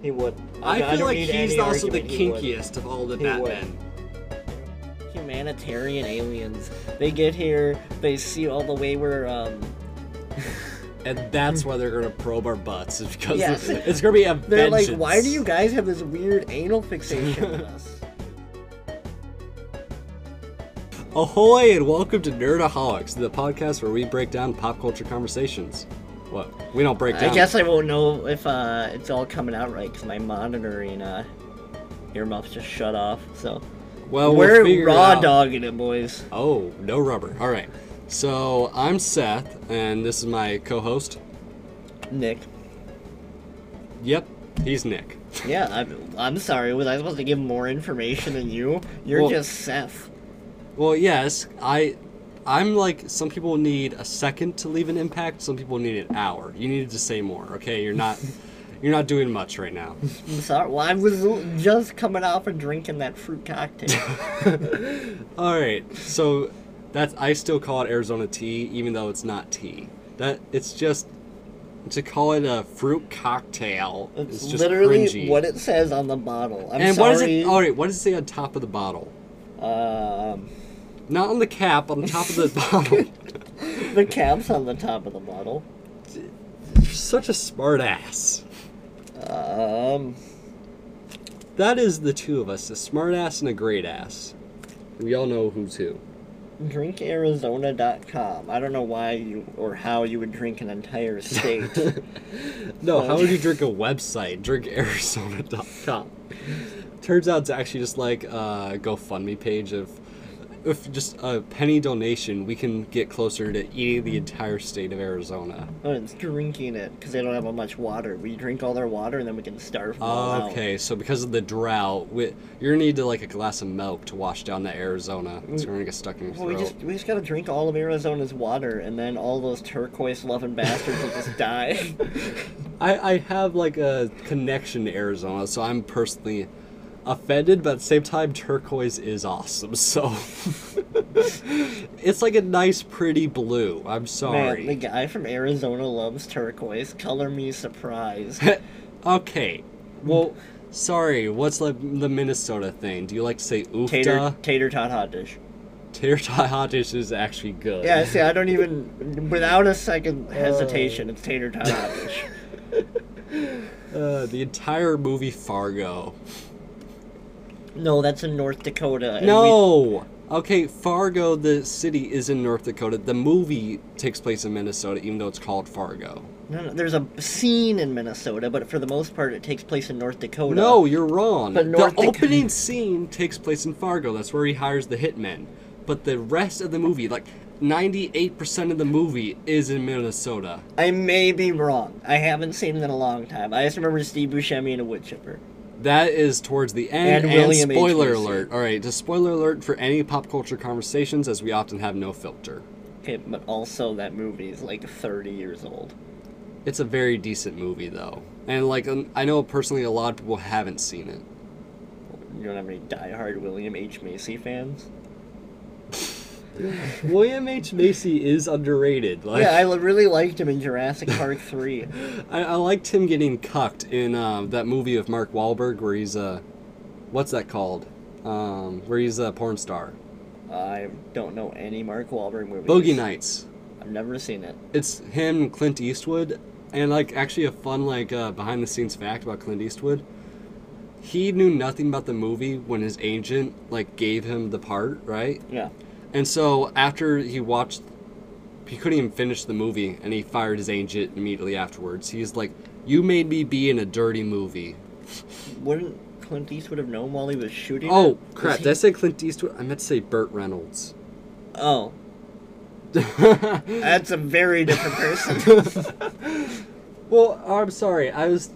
He would. I don't feel like need he's any also the argument, he would. kinkiest of all the He Batman. Humanitarian aliens. They get here, they see all the way we're, um, And that's why they're gonna probe our butts is because Yes. it's gonna be a they're like, vengeance. why do you guys have this weird anal fixation with us? Ahoy and welcome to Nerdaholics, the podcast where we break down pop culture conversations. What? We don't break down. I guess I won't know if uh, it's all coming out right because my monitoring uh, earmuffs just shut off. So Oh, Well, we're we'll figure it raw out. dogging it, boys. Oh, no rubber. All right. So I'm Seth, and this is my co-host. Nick. Yep, he's Nick. Yeah, I'm, I'm sorry. Was I supposed to give more information than you? You're Well- just Seth. Well, yes, I, I'm like some people need a second to leave an impact. Some people need an hour. You needed to say more. Okay, you're not, you're not doing much right now. I'm sorry. Well, I was l- just coming off and drinking that fruit cocktail. All right, so that's I still call it Arizona tea, even though it's not tea. That it's just to call it a fruit cocktail. It's is just literally cringy. what it says on the bottle. I'm and sorry. what does it? All right, what does it say on top of the bottle? Um, Not on the cap, on the top of the bottle. the cap's on the top of the bottle. You're such a smart ass. Um, That is the two of us, a smart ass and a great ass. We all know who's who. drinkarizona.com. I don't know why you or how you would drink an entire state. No, Oh. how would you drink a website? DrinkArizona.com. Turns out it's actually just like a GoFundMe page of if just a penny donation, we can get closer to eating the entire state of Arizona. no, Oh, it's drinking it because they don't have much water. We drink all their water and then we can starve. them all out. Okay, so because of the drought, we, you're gonna need to like a glass of milk to wash down that Arizona. It's gonna get stuck in your Mm. Well, throat. we just we just gotta drink all of Arizona's water and then all those turquoise loving bastards will just die. I, I have like a connection to Arizona, so I'm personally offended, but at the same time, turquoise is awesome. So it's like a nice, pretty blue. I'm sorry. Man, the guy from Arizona loves turquoise. Color me surprised. okay, well, sorry. What's like the Minnesota thing? Do you like to say oofta? Tater tater tot hot dish. Tater tot hot dish is actually good. Yeah, see, I don't even without a second hesitation, it's tater tot hot dish. Uh, the entire movie Fargo. No, that's in North Dakota. and we- No. Okay, Fargo, the city, is in North Dakota. The movie takes place in Minnesota, even though it's called Fargo. No, no, there's a scene in Minnesota, but for the most part, it takes place in North Dakota. No, you're wrong. But North the Daco- opening scene takes place in Fargo. That's where he hires the hitmen. But the rest of the movie, like 98% of the movie, is in Minnesota. I may be wrong. I haven't seen it in a long time. I just remember Steve Buscemi and a wood chipper. That is towards the end. And And, William H. spoiler Macy. alert. All right, just spoiler alert for any pop culture conversations, as we often have no filter. Okay, but also that movie is like 30 years old. It's a very decent movie, though. And, like, um, I know personally a lot of people haven't seen it. You don't have any diehard William H Macy fans? William H. Macy is underrated. Like, yeah, I li- really liked him in Jurassic Park 3. I, I liked him getting cucked in uh, that movie of Mark Wahlberg where he's a, what's that called? Um, where he's a porn star. I don't know any Mark Wahlberg movies. Boogie Nights. I've never seen it. It's him, and Clint Eastwood, and like actually a fun like uh, behind the scenes fact about Clint Eastwood. He knew nothing about the movie when his agent like gave him the part, right? Yeah. And so after he watched, he couldn't even finish the movie, and he fired his agent immediately afterwards. He's like, "You made me be in a dirty movie." Wouldn't Clint Eastwood have known while he was shooting? Oh it? crap! Was he- Did I say Clint Eastwood? I meant to say Burt Reynolds. Oh, well, that's a very different person. I'm sorry. I was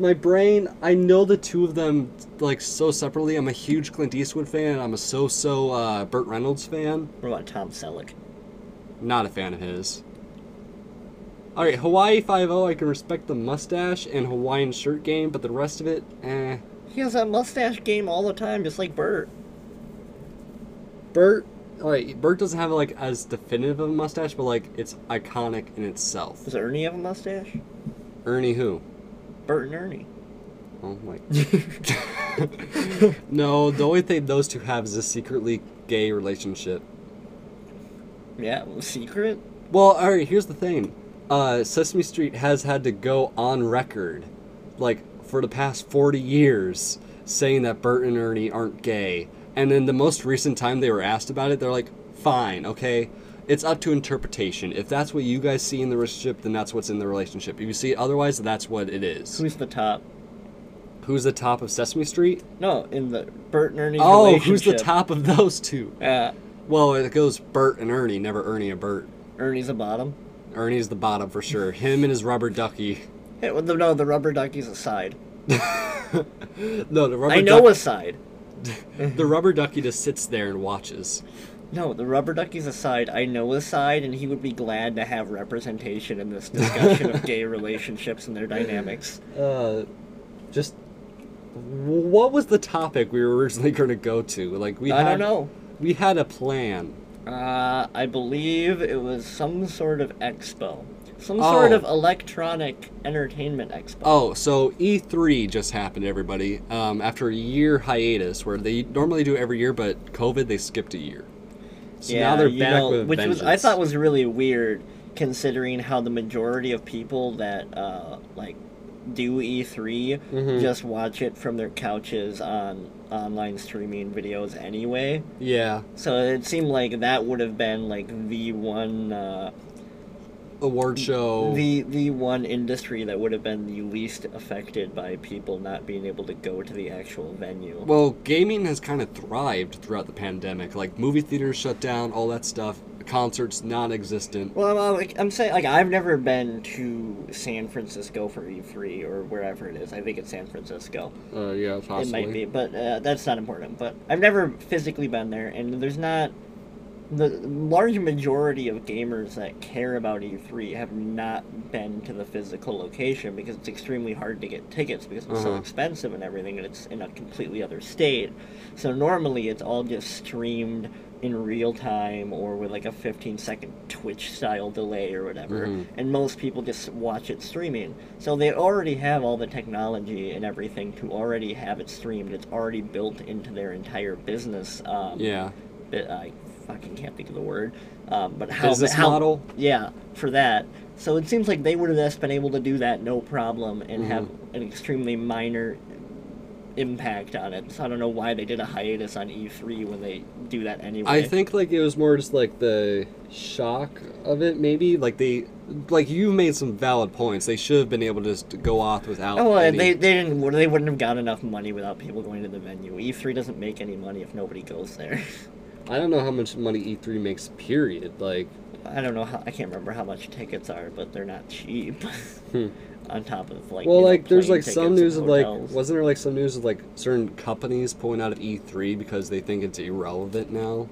my brain. I know the two of them like so separately. I'm a huge Clint Eastwood fan. and I'm a so-so uh, Burt Reynolds fan. what about Tom Selleck? Not a fan of his. All right, Hawaii Five O. I can respect the mustache and Hawaiian shirt game, but the rest of it, eh. He has that mustache game all the time, just like Bert. Burt. All right, Burt doesn't have like as definitive of a mustache, but like it's iconic in itself. Does Ernie have a mustache? Ernie who? Bert and Ernie. Oh my. no, the only thing those two have is a secretly gay relationship. Yeah, well, secret? Well, all right. Here's the thing. Uh, Sesame Street has had to go on record, like for the past forty years, saying that Bert and Ernie aren't gay. And then the most recent time they were asked about it, they're like, "Fine, okay." It's up to interpretation. If that's what you guys see in the relationship, then that's what's in the relationship. If you see it otherwise, that's what it is. Who's the top? Who's the top of Sesame Street? No, in the Bert and Ernie's Oh, who's relationship. the top of those two? Yeah, Well, it goes Bert and Ernie, never Ernie and Bert. Ernie's the bottom. Ernie's the bottom for sure. Him and his rubber ducky. Hey, well, the- no, the rubber ducky's a side. No, the rubber I know duck- a side. the rubber ducky just sits there and watches. No, the rubber ducky's a side. I know a side, and he would be glad to have representation in this discussion of gay relationships and their dynamics. Uh, just what was the topic we were originally going to go to? Like we I had, don't know. We had a plan. Uh, I believe it was some sort of expo. Some sort Oh. of electronic entertainment expo. Oh, so E3 just happened, everybody. Um, after a year hiatus, where they normally do every year, but COVID they skipped a year. So now they're you back know, with which was I vengeance. thought was really weird, considering how the majority of people that uh, like do E 3 Mm-hmm. just watch it from their couches on online streaming videos anyway. yeah, So it seemed like that would have been like the one, uh, award show. the the one industry that would have been the least affected by people not being able to go to the actual venue. Well, gaming has kind of thrived throughout the pandemic. Like movie theaters shut down, all that stuff. Concerts non-existent. Well, I'm, like, I'm saying, like, I've never been to San Francisco for E3 or wherever it is. I think it's San Francisco. Uh, yeah, possibly. It might be, but uh, that's not important. But I've never physically been there, and there's not. The large majority of gamers that care about E3 have not been to the physical location because it's extremely hard to get tickets because it's so Uh-huh. expensive and everything, and it's in a completely other state. So normally it's all just streamed in real time or with like a 15 second Twitch style delay or whatever, Mhm. and most people just watch it streaming. So they already have all the technology and everything to already have it streamed. It's already built into their entire business. Um, Yeah. bit- I fucking can't think of the word. Um, but how Business how- model? Yeah, for that. So it seems like they would have just been able to do that no problem and Mm-hmm. have an extremely minor impact on it. So I don't know why they did a hiatus on E3 when they do that anyway. I think like it was more just like the shock of it, maybe. Like they, like you made some valid points. They should have been able to just go off without. Oh, any- and they, they didn't. They wouldn't have got enough money without people going to the venue. E3 doesn't make any money if nobody goes there. I don't know how much money E three makes. Period. Like, I don't know. How, I can't remember how much tickets are, but they're not cheap. hmm. On top of like, well, you know, like there's plane like some tickets news of and like hotels. wasn't there like some news of like certain companies pulling out of E three because they think it's irrelevant now.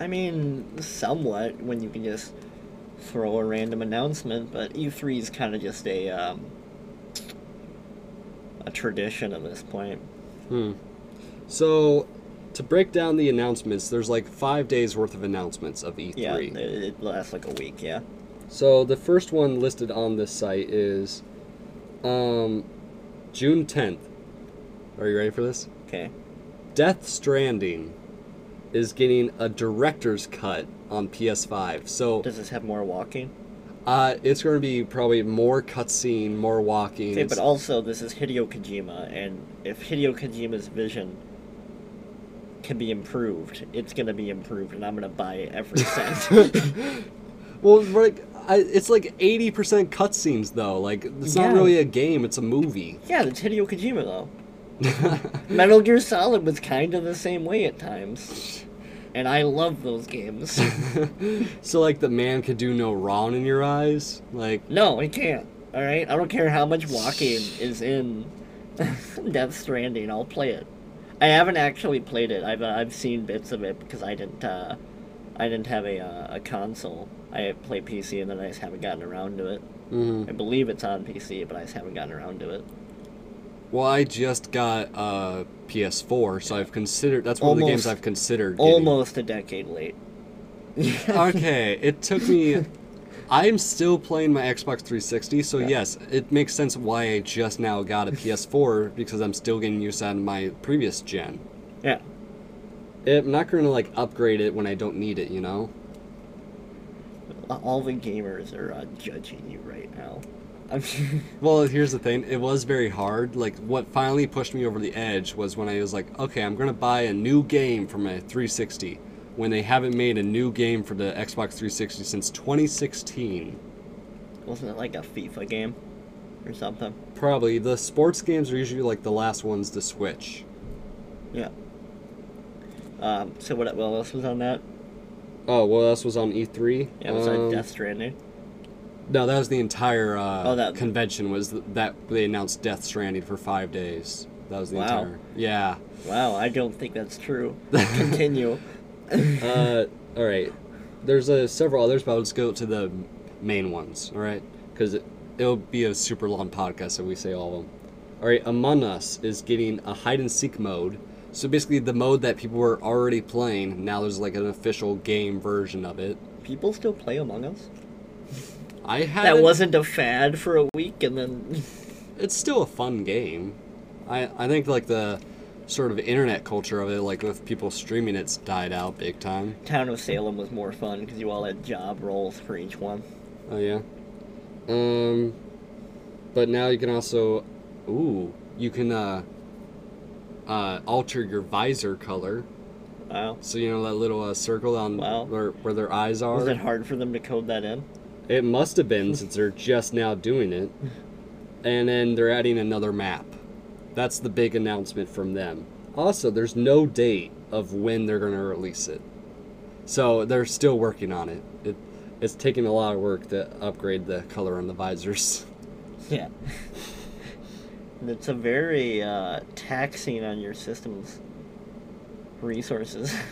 I mean, somewhat when you can just throw a random announcement, but E3 is kind of just a um, a tradition at this point. Hmm. So, to break down the announcements, there's like five days worth of announcements of E3. Yeah, it, it lasts like a week. Yeah. So the first one listed on this site is um, June 10th. Are you ready for this? Okay. Death Stranding is getting a director's cut on PS5. So Does this have more walking? uh, it's going to be probably more cutscene, more walking. Okay, but It's- also this is Hideo Kojima, and if Hideo Kojima's vision can be improved, it's gonna be improved, and I'm gonna buy it every cent. well, like I, it's like 80% cutscenes though. Like it's not Yeah. really a game; it's a movie. yeah, that's Hideo Kojima though. Metal Gear Solid was kind of the same way at times, and I love those games. So like the man could do no wrong in your eyes. Like no, he can't. All right, I don't care how much walking is in Death Stranding. I'll play it. I haven't actually played it. I've uh, I've seen bits of it because I didn't uh, I didn't have a uh, a console. I play PC and then I just haven't gotten around to it. mhm. I believe it's on PC, but I just haven't gotten around to it. Well, I just got a PS4, so I've considered. That's one of the Almost. games I've considered. Getting. Almost a decade late. Okay, it took me. I'm still playing my Xbox 360, so yes, it makes sense why I just now got a PS4 because I'm still getting used on my previous gen. Yeah. I'm not going to like upgrade it when I don't need it, you know? All the gamers are uh, judging you right now. I'm Well, here's the thing. It was very hard. Like, what finally pushed me over the edge was when I was like, okay, I'm going to buy a new game for my 360 when they haven't made a new game for the Xbox 360 since 2016. Wasn't it like a FIFA game or something? Probably. The sports games are usually like the last ones to switch. Yeah. Um, so what, what else was on that? Oh, well, else was on E3? Yeah, it was Um, on Death Stranding. No, that was the entire uh, Oh, that- convention was th- that they announced Death Stranding for five days. That was the Wow. entire. Yeah. Wow, I don't think that's true. Continue. uh, all right. There's uh, several others, but let's go to the main ones. All right, because it, it'll be a super long podcast if we say all of them. All right, Among Us is getting a hide and seek mode. So basically, the mode that people were already playing now there's like an official game version of it. People still play Among Us? I had That wasn't a fad for a week, and then It's still a fun game. I I think like the sort of internet culture of it, like with people streaming, it's died out big time. Town of Salem was more fun because you all had job roles for each one. Oh yeah. Um, but now you can also, ooh, you can uh, uh, alter your visor color. Wow. So you know that little uh, circle on Wow. where where their eyes Was are. it hard for them to code that in? it must have been since they're just now doing it. And then they're adding another map. That's the big announcement from them. Also, there's no date of when they're going to release it. So they're still working on it. it. It's taking a lot of work to upgrade the color on the visors. Yeah. And it's a very uh, taxing on your system's resources.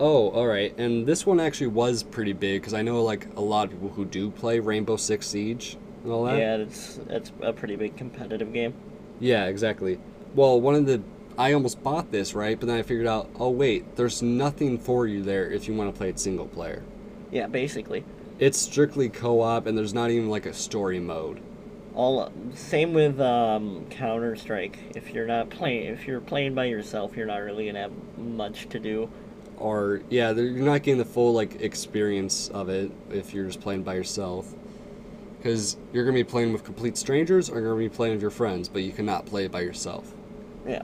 Oh, all right. And this one actually was pretty big because I know like a lot of people who do play Rainbow Six Siege and all that. yeah, it's it's a pretty big competitive game. Yeah, exactly. Well, one of the I almost bought this right, but then I figured out, oh wait, there's nothing for you there if you want to play it single player. Yeah, basically. It's strictly co-op, and there's not even like a story mode. All same with um, Counter Strike. If you're not playing, if you're playing by yourself, you're not really gonna have much to do. Or yeah, there- you're not getting the full like experience of it if you're just playing by yourself. Because you're gonna be playing with complete strangers, or you're gonna be playing with your friends, but you cannot play it by yourself. Yeah.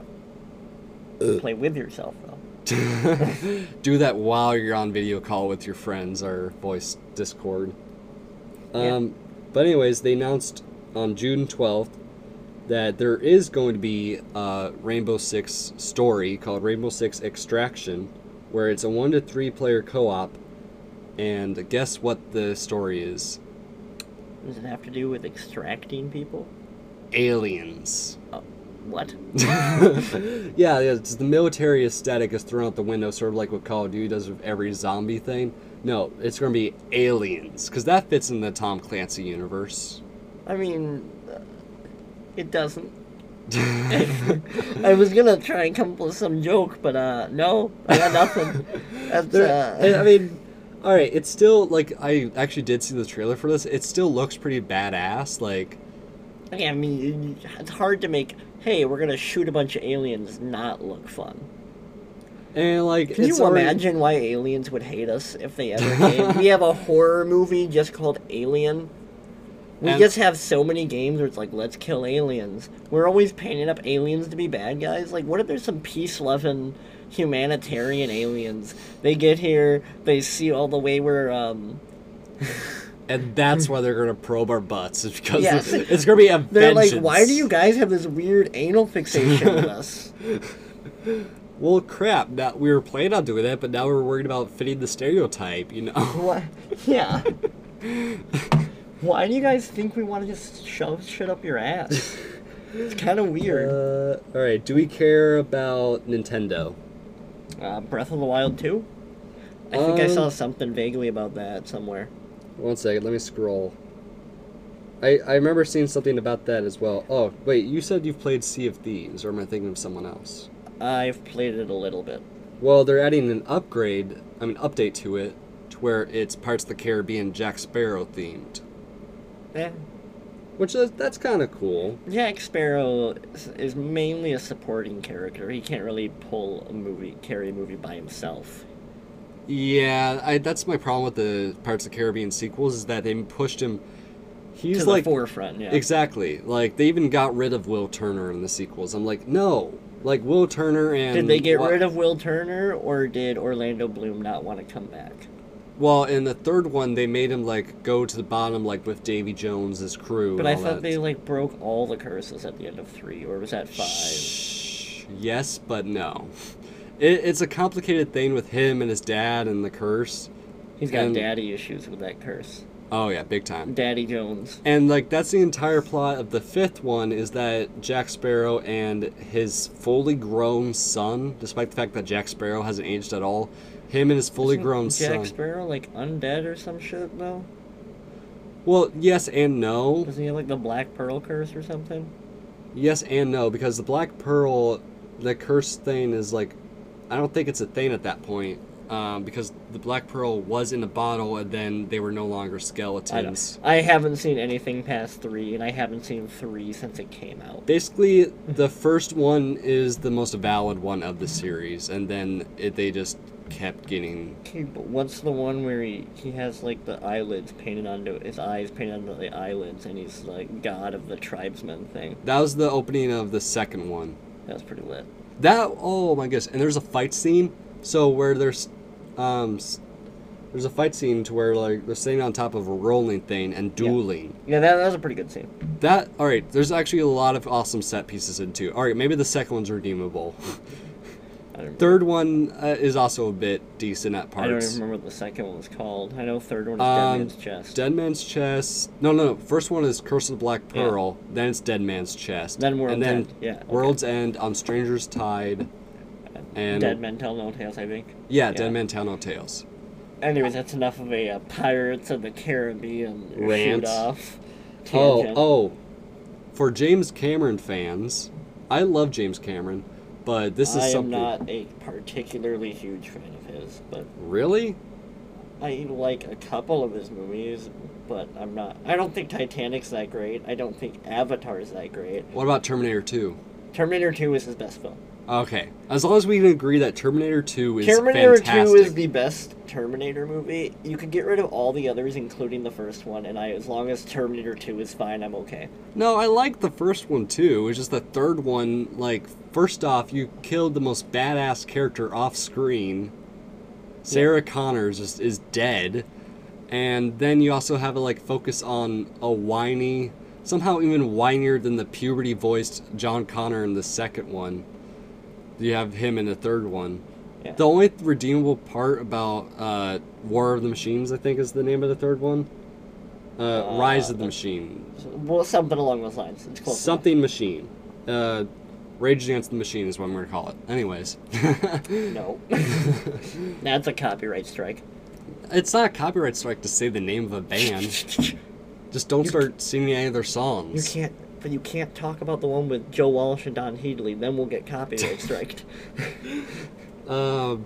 Play with yourself though. do that while you're on video call with your friends or voice Discord. Yeah. Um, But anyways, they announced on June twelfth that there is going to be a Rainbow Six story called Rainbow Six Extraction, where it's a one to three player co-op, and guess what the story is? Does it have to do with extracting people? Aliens. Oh, what? yeah, yeah, it's the military aesthetic is thrown out the window, sort of like what Call of Duty does with every zombie thing. No, it's going to be aliens, because that fits in the Tom Clancy universe. I mean, uh, it doesn't. I was gonna try and come up with some joke, but uh, no, I got nothing. That's, I uh, mean, all right, it's still like I actually did see the trailer for this. It still looks pretty badass. Like, I mean, it's hard to make. Hey, we're gonna shoot a bunch of aliens. Not look fun. and like, Can it's you already- imagine why aliens would hate us if they ever came? we have a horror movie just called Alien. We And- just have so many games where it's like, let's kill aliens. We're always painting up aliens to be bad guys. Like, what if there's some peace loving humanitarian aliens? They get here, they see all the way we're, um, and that's why they're gonna probe our butts is because Yes. it's gonna be a they're like, vengeance. why do you guys have this weird anal fixation with us? Well, crap. Now we were planning on doing that, but now we're worried about fitting the stereotype. You know. Why? Yeah. Why do you guys think we want to just shove shit up your ass? It's kind of weird. Uh, all right. Do we care about Nintendo? Uh, Breath of the Wild 2? I think I saw Um, something vaguely about that somewhere. One second. Let me scroll. I I remember seeing something about that as well. Oh wait, you said you've played Sea of Thieves, or am I thinking of someone else? I've played it a little bit. Well, they're adding an upgrade. I mean, update to it to where it's Parts of the Caribbean Jack Sparrow themed, Yeah. which is that's kind of cool. Eh, Jack Sparrow is- is mainly a supporting character. He can't really pull a movie, carry a movie by himself. Yeah, I, that's my problem with the Parts of the Caribbean sequels is that they pushed him. He's to like the forefront, yeah. exactly like they even got rid of Will Turner in the sequels. I'm like, no, like Will Turner and Did they get rid of Will Turner, or did Orlando Bloom not want to come back? Well, in the third one, they made him like go to the bottom, like with Davy Jones' his crew. But and I all thought that. they like broke all the curses at the end of three, or was that five? Shh. Yes, but no. It, it's a complicated thing with him and his dad and the curse. He's got And- daddy issues with that curse. Oh yeah, big time. Daddy Jones. And like that's the entire plot of the fifth one is that Jack Sparrow and his fully grown son, despite the fact that Jack Sparrow hasn't aged at all, him and his fully Isn't grown Jack son. Sparrow like undead or some shit though. well, yes and no. Doesn't he have like the Black Pearl curse or something? Yes and no, because the Black Pearl, the curse thing is like, I don't think it's a thing at that point, um, because the Black Pearl was in a bottle and then they were no longer I don't. skeletons. I haven't seen anything past three, and I haven't seen three since it came out. Basically, the first one is the most valid one of the series, and then it, they just kept getting. Okay, but what's the one where he, he has like the eyelids painted onto his eyes painted onto the eyelids, and he's like god of the tribesmen thing? That was the opening of the second one. That was pretty lit. That oh my goodness! And there's a fight scene, so where there's, um, s- there's a fight scene to where like they're sitting on top of a rolling thing and dueling. Yeah, that, that was a pretty good scene. That all right. There's actually a lot of awesome set pieces in two. All right, maybe the second one's redeemable. I don't, Third one uh, is also a bit decent at I don't parts. even remember what the second one was called. I know third one is Um, Dead Man's Chest. Dead Man's Chest. No, no, no. First one is Curse of the Black Yeah. Pearl. Then it's Dead Man's Chest. Then World's and then End, yeah, okay. World's End on Stranger's Tide. And Dead Men Tell No Tales, I think. Yeah, Yeah. Dead Man Tell No Tales. Anyways, that's enough of a uh, Pirates of the Caribbean Rant. shoot off. Oh, oh. For James Cameron fans, I love James Cameron, but this is I am something. not a particularly huge fan of his, but Really? I like a couple of his movies. But I'm not. I don't think Titanic's that great. I don't think Avatar's that great. What about Terminator Two? Terminator Two is his best film. Okay, as long as we can agree that Terminator Two is Terminator fantastic. Two is the best Terminator movie. You could get rid of all the others, including the first one, and I, as long as Terminator Two is fine, I'm okay. No, I like the first one too. It's just the third one. Like, first off, you killed the most badass character off screen. Sarah Connor is just is dead, and then you also have a like focus on a whiny, somehow even whinier than the puberty voiced John Connor in the second one. You have him in the third one. Yeah. The only redeemable part about uh, War of the Machines, I think, is the name of the third one. Uh, Rise of the Machine. Well, something along those lines. It's close. enough. Something Machine. Uh, Rage Against the Machine is what I'm going to call it. Anyways, No. That's a copyright strike. it's not a copyright strike to say the name of a band. Just don't start singing any of their You songs. can't. But you can't talk about the one with Joe Walsh and Don Headley. Then we'll get copyright striked. Um,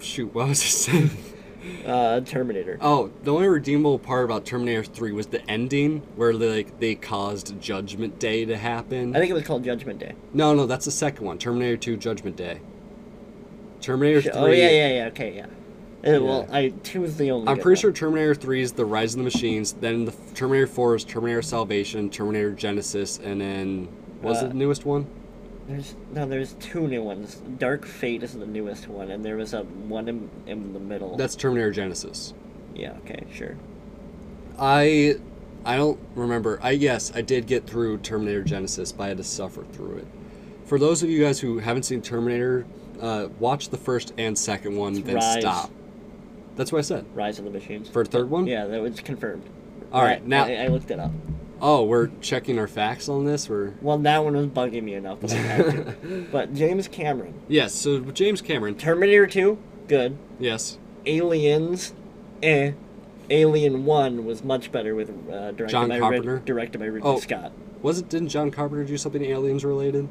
shoot, what was I saying? Uh, Terminator. Oh, the only redeemable part about Terminator 3 was the ending, where they, like they caused Judgment Day to happen. I think it was called Judgment Day. No, no, that's the second one. Terminator 2 Judgment Day. Terminator 3. Oh yeah, yeah, yeah. Okay, yeah. Uh, Well, I two is the only. I'm good pretty one. sure Terminator 3 is The Rise of the Machines, then the f- Terminator 4 is Terminator Salvation, Terminator Genesis, and then was Uh, it the newest one? There's no. There's two new ones. Dark Fate is the newest one, and there was a one in, in the middle. That's Terminator Genesis. yeah. Okay. Sure. I I don't remember. I yes, I did get through Terminator Genesis, but I had to suffer through it. For those of you guys who haven't seen Terminator, uh, watch the first and second one, then Rise. stop. That's what I said. Rise of the Machines. For a third one? yeah, that was confirmed. All right, I- now- I, I looked it up. Oh, we're checking our facts on this. We're Well, that one was bugging me enough that I had to. But James Cameron, yes. So James Cameron. Terminator 2, good. Yes. Aliens, eh. Alien 1 was much better with uh, directed John by Rid- Carpenter? directed by Ridley Oh. Scott. Was it? Didn't John Carpenter do something aliens related?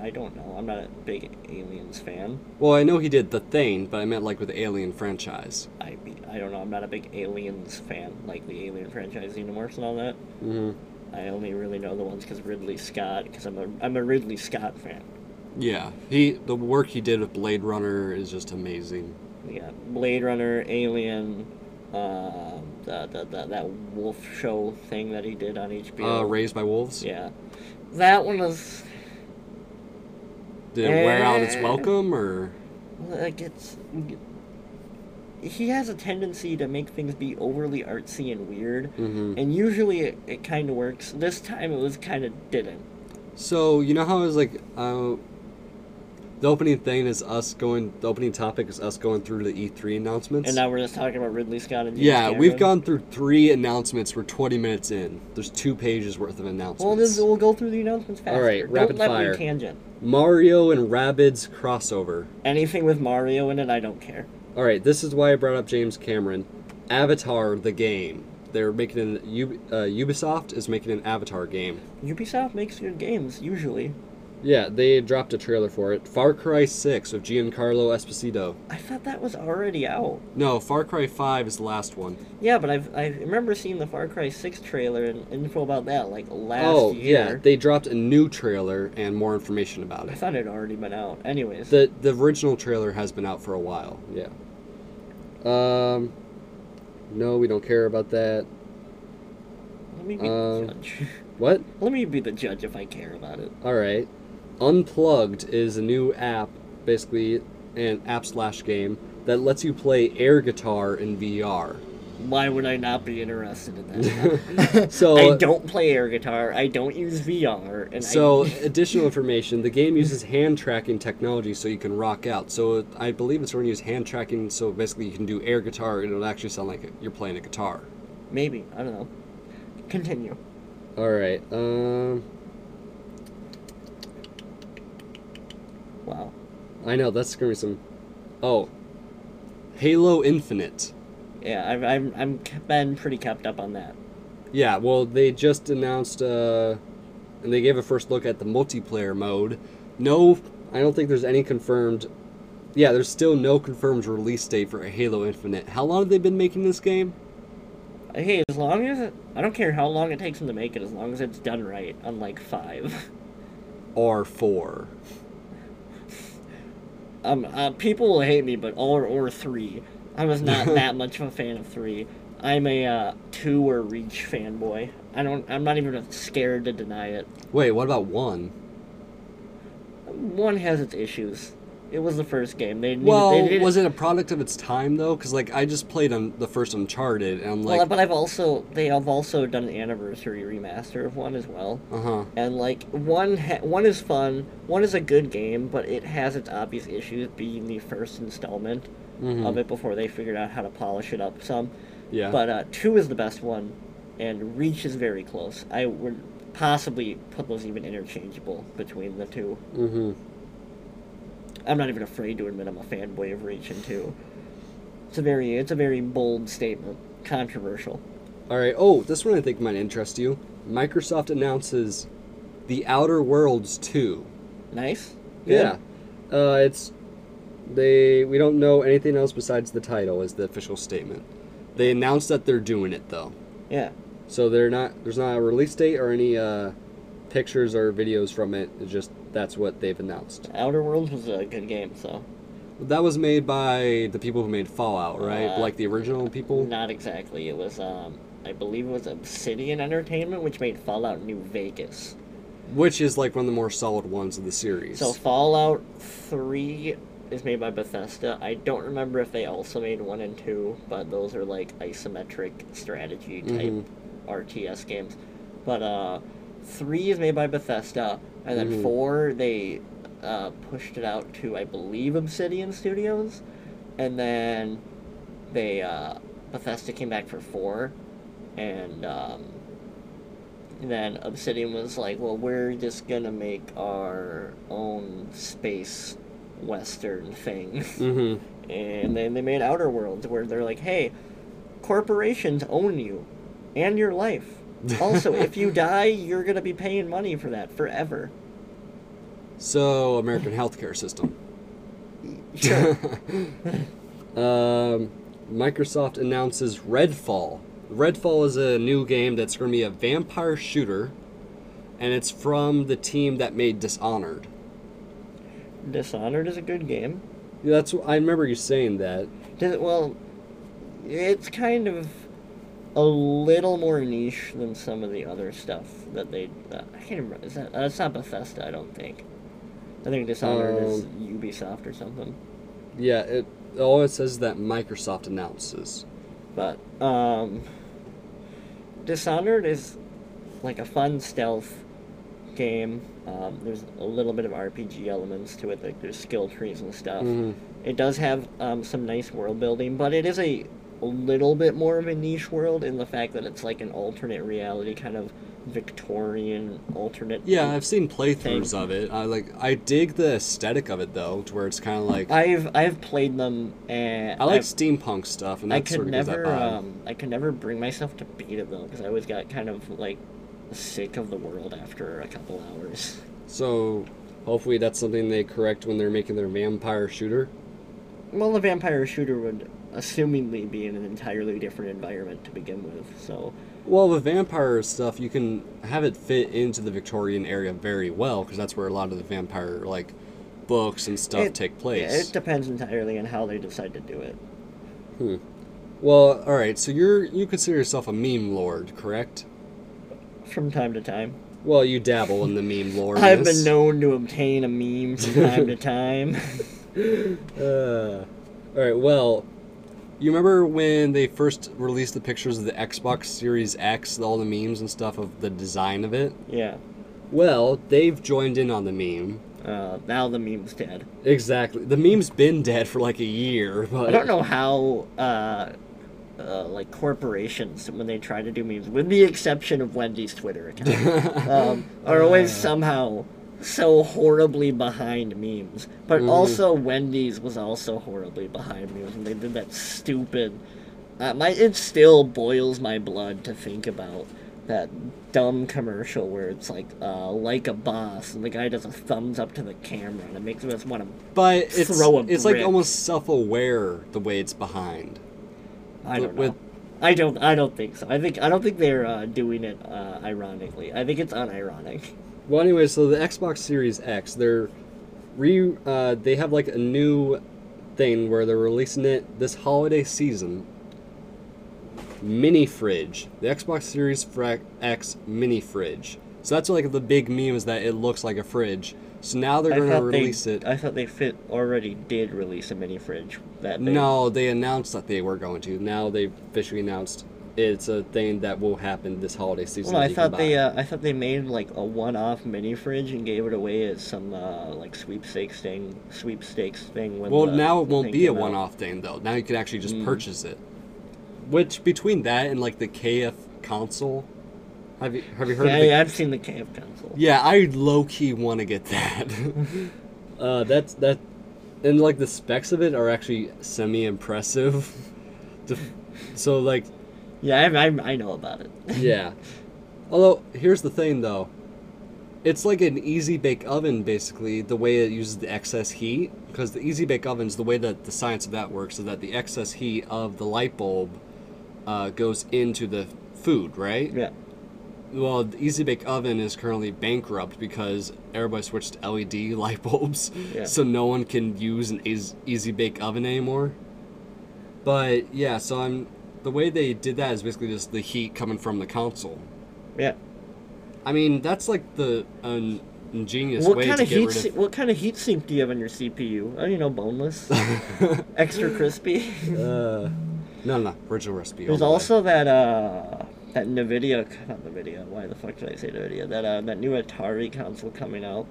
I don't know. I'm not a big Aliens fan. Well, I know he did The Thing, but I meant like with the Alien franchise. I mean, I don't know. I'm not a big Aliens fan, like the Alien franchise, Xenomorphs, and all that. Mm-hmm. I only really know the ones because Ridley Scott, because I'm a I'm a Ridley Scott fan. Yeah, he the work he did with Blade Runner is just amazing. Yeah, Blade Runner, Alien, um, the, the, the that wolf show thing that he did on HBO. Uh, Raised by Wolves. yeah, that one was Did it wear out its Eh. welcome, or like it's. He has a tendency to make things be overly artsy and weird, Mhm. and usually it, it kind of works. This time it was kind of didn't. so you know how I was like, uh, the opening thing is us going. The opening topic is us going through the E three announcements. And now we're just talking about Ridley Scott and James yeah, we've Cameron. gone through three announcements. We're twenty minutes in. There's two pages worth of announcements. Well, this, we'll go through the announcements faster. All right, rapid don't let fire. me tangent. Mario and Rabbids crossover. Anything with Mario in it, I don't care. All right, this is why I brought up James Cameron. Avatar the game. They're making an U, uh, Ubisoft is making an Avatar game. Ubisoft makes good games usually. Yeah, they dropped a trailer for it. Far Cry 6 with Giancarlo Esposito. I thought that was already out. No, Far Cry 5 is the last one. Yeah, but I've I remember seeing the Far Cry Six trailer and info about that like last oh, yeah, year. they dropped a new trailer and more information about I it. thought it had already been out. Anyways, The the original trailer has been out for a while. Yeah. Um no, we don't care about that. let me be um, the judge. What? let me be the judge if I care about it. All right. Unplugged is a new app, basically an app slash game that lets you play air guitar in VR. Why would I not be interested in that? So- I don't play air guitar. I don't use VR, and So, I, additional information: the game uses hand tracking technology, so you can rock out. So, I believe it's going to use hand tracking, so basically you can do air guitar, and it'll actually sound like you're playing a guitar. maybe I don't know. Continue. All right. Um, Wow. I know that's going to be some. Oh, Halo Infinite. Yeah, I've I'm I'm k- been pretty kept up on that. Yeah, well, they just announced, uh, and they gave a first look at the multiplayer mode. No, I don't think there's any confirmed. Yeah, there's still no confirmed release date for Halo Infinite. How long have they been making this game? Hey, as long as it, I don't care how long it takes them to make it, as long as it's done right. Unlike five, R4. um, uh, people will hate me, but or or three, I was not that much of a fan of three. I'm a uh, two or reach fanboy. I don't. I'm not even scared to deny it. Wait, what about 1? One has its issues. It was the first game. They needed, Well, they did was it a product of its time, though? Because, like, I just played on the first Uncharted, and I'm well, like, but I've also they have also done an anniversary remaster of one as well. uh huh. and like one ha- one is fun one is a good game but it has its obvious issues being the first installment of it before they figured out how to polish it up some Mm-hmm. Yeah. but uh, two is the best one and reach is very close i would possibly put those even interchangeable between the two Mm-hmm. i'm not even afraid to admit i'm a fanboy of reach and two it's a very it's a very bold statement controversial All right. Oh, this one I think might interest you. Microsoft announces The Outer Worlds 2. nice Yeah. Good. Uh, it's they we don't know anything else besides the title is the official statement. They announced that they're doing it though. yeah So they're not there's not a release date or any uh, pictures or videos from it. It's just that's what they've announced. outer worlds was a good game so That was made by the people who made Fallout, right? Uh, like the original people. Not exactly. It was, um, I believe it was Obsidian Entertainment, which made Fallout New Vegas. Which is like one of the more solid ones of the series. So Fallout 3 is made by Bethesda. I don't remember if they also made 1 and 2, but those are like isometric strategy type Mhm. RTS games. But, uh, 3 is made by Bethesda, and then 4, they, uh, pushed it out to, I believe, Obsidian Studios. And then they, uh, Bethesda came back for 4, and, um, and then Obsidian was like, well, we're just gonna make our own space western thing. mm-hmm. and then they made Outer Worlds, where they're like, hey, corporations own you and your life. Also, if you die, you're gonna be paying money for that forever. So, American healthcare system. Sure. um, Microsoft announces Redfall. Redfall is a new game that's going to be a vampire shooter, and it's from the team that made Dishonored. Dishonored is a good game. Yeah, That's I remember you saying that. Does it, well, it's kind of a little more niche than some of the other stuff that they. Uh, I can't remember. Is that, uh, it's not Bethesda, I don't think. I think Dishonored is Um, Ubisoft or something. Yeah, it all it says is that Microsoft announces. But um, Dishonored is like a fun stealth game. Um, there's a little bit of RPG elements to it. Like there's skill trees and stuff. Mhm. It does have um, some nice world building, but it is a a little bit more of a niche world in the fact that it's like an alternate reality kind of Victorian alternate. Yeah, I've seen playthroughs Thing. of it. I like I dig the aesthetic of it though, to where it's kind of like I, I've I've played them and like I've- steampunk stuff, and that I could sort of gives never, that vibe. um, I could never bring myself to beat it though, because I always got kind of like sick of the world after a couple hours. So hopefully that's something they correct when they're making their vampire shooter. Well, the vampire shooter would, assumingly, be in an entirely different environment to begin with. So, Well, with vampire stuff, you can have it fit into the Victorian area very well because that's where a lot of the vampire like books and stuff it- take place. It depends entirely on how they decide to do it. Hmm. well, all right. So you're you consider yourself a meme lord, correct? From time to time, Well, you dabble in the meme lore. I've been known to obtain a meme from time to time. Uh, all right. Well, you remember when they first released the pictures of the Xbox Series X, all the memes and stuff of the design of it. yeah. Well, they've joined in on the meme. Uh, now the meme's dead. Exactly. The meme's been dead for like a year, but I don't know how, uh, uh, like corporations when they try to do memes, with the exception of Wendy's Twitter account, um, are always somehow so horribly behind memes. But also Wendy's was also horribly behind memes, and they did that stupid. Uh, my it still boils my blood to think about that dumb commercial where it's like uh, like a boss and the guy does a thumbs up to the camera and it makes us want to But it's Throw a it's like brick. almost self-aware the way it's behind. I don't know. with- I don't. I don't think so. I think. I don't think they're uh, doing it uh, ironically. I think it's unironic. Well, anyway, so the Xbox Series X, they're re uh, they have like a new thing where they're releasing it this holiday season. Mini fridge, the Xbox Series Fra- X mini fridge. So that's like the big meme is that it looks like a fridge. So now they're I going to thought release they. it. I thought they fit already did release a mini fridge that they, No, they announced that they were going to. Now they officially announced it's a thing that will happen this holiday season. Well, I that you can thought they. buy. Uh, I thought they made like a one-off mini fridge and gave it away as some uh, like sweepstakes thing. Sweepstakes thing. When well, the- now it the won't thing be a came out. one-off thing though. Now you can actually just purchase it. Which between that and like the KF console, have you have you heard? Yeah, of the, yeah, I've seen the cave console. Yeah, I low key want to get that. uh, that's that, and like the specs of it are actually semi impressive. so like Yeah, I, I, I know about it. yeah. Although here's the thing though, it's like an easy bake oven basically. The way it uses the excess heat, because the easy bake ovens, the way that the science of that works is that the excess heat of the light bulb uh, goes into the food, right? yeah. Well, the easy bake oven is currently bankrupt because everybody switched to LED light bulbs, Yeah. so no one can use an eas- easy bake oven anymore. But yeah, so I'm the way they did that is basically just the heat coming from the console. Yeah. I mean, that's like the an ingenious What way kind to of get heat? rid si- of. what kind of heat sink do you have on your CPU? Oh, you know, boneless, extra crispy. Uh, no, no, original recipe. all There's the way. also that uh, that Nvidia, not Nvidia. Why the fuck did I say Nvidia? That uh, that new Atari console coming out.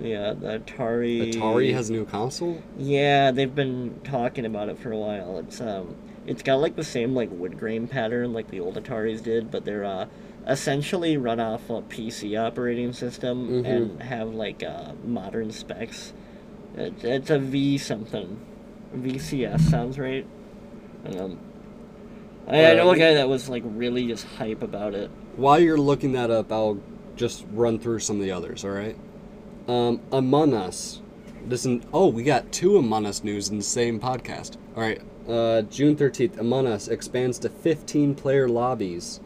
Yeah, the Atari. Atari has a new console. Yeah, they've been talking about it for a while. It's um, it's got like the same like wood grain pattern like the old Ataris did, but they're uh, essentially run off a PC operating system Mhm. and have like uh, modern specs. It, it's a V something, VCS sounds right. Um, I, I know a guy that was like really just hype about it. While you're looking that up, I'll just run through some of the others. All right. Um, Among Us. Listen, oh, we got two Among Us news in the same podcast. All right, uh, June 13th, Among Us expands to 15 player lobbies.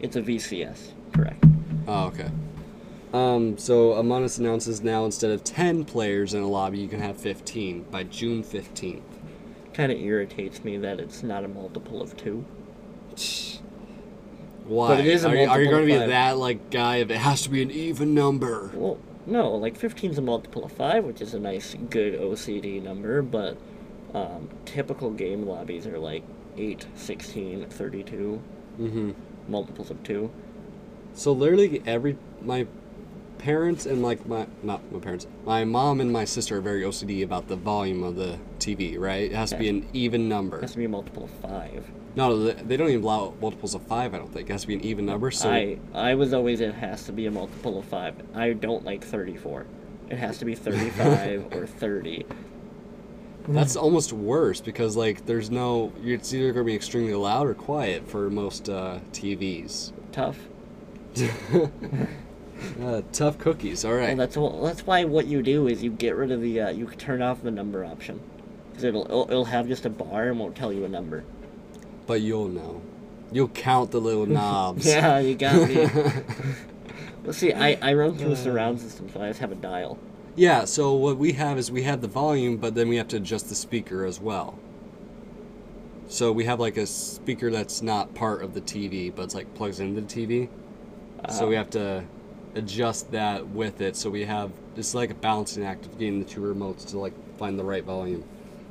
It's a VCS, correct? Oh, okay. Um, so Among Us announces now instead of 10 players in a lobby, you can have 15 by June 15th. Kind of irritates me that it's not a multiple of two. Why? But it is a are, you, are multiple you going to be five. that like guy if it has to be an even number? Well, no, like 15 is a multiple of 5, which is a nice, good OCD number, but um, typical game lobbies are like 8, 16, 32, hmm multiples of 2. So literally every my parents and like my not my parents, my mom and my sister are very OCD about the volume of the TV. Right? It has to be an even number. has to be a multiple of 5. No, they they don't even allow multiples of five. I don't think it has to be an even number. So I, I was always, it has to be a multiple of 5. I don't like 34. It has to be 35 or 30. that's almost worse because like there's no. It's either going to be extremely loud or quiet for most uh, TVs. Tough. Uh, tough cookies. All Well, right. that's wh- that's why what you do is you get rid of the uh, you turn off the number option, because it'll it'll it'll have just a bar and won't tell you a number. But you'll know. You'll count the little knobs. Yeah, you got me. well, see, I, I run through a surround system, so I just have a dial. Yeah, so what we have is we have the volume, but then we have to adjust the speaker as well. So we have like a speaker that's not part of the TV, but it's like plugs into the TV. So Ah. we have to adjust that with it. So we have it's like a balancing act of getting the two remotes to like find the right volume.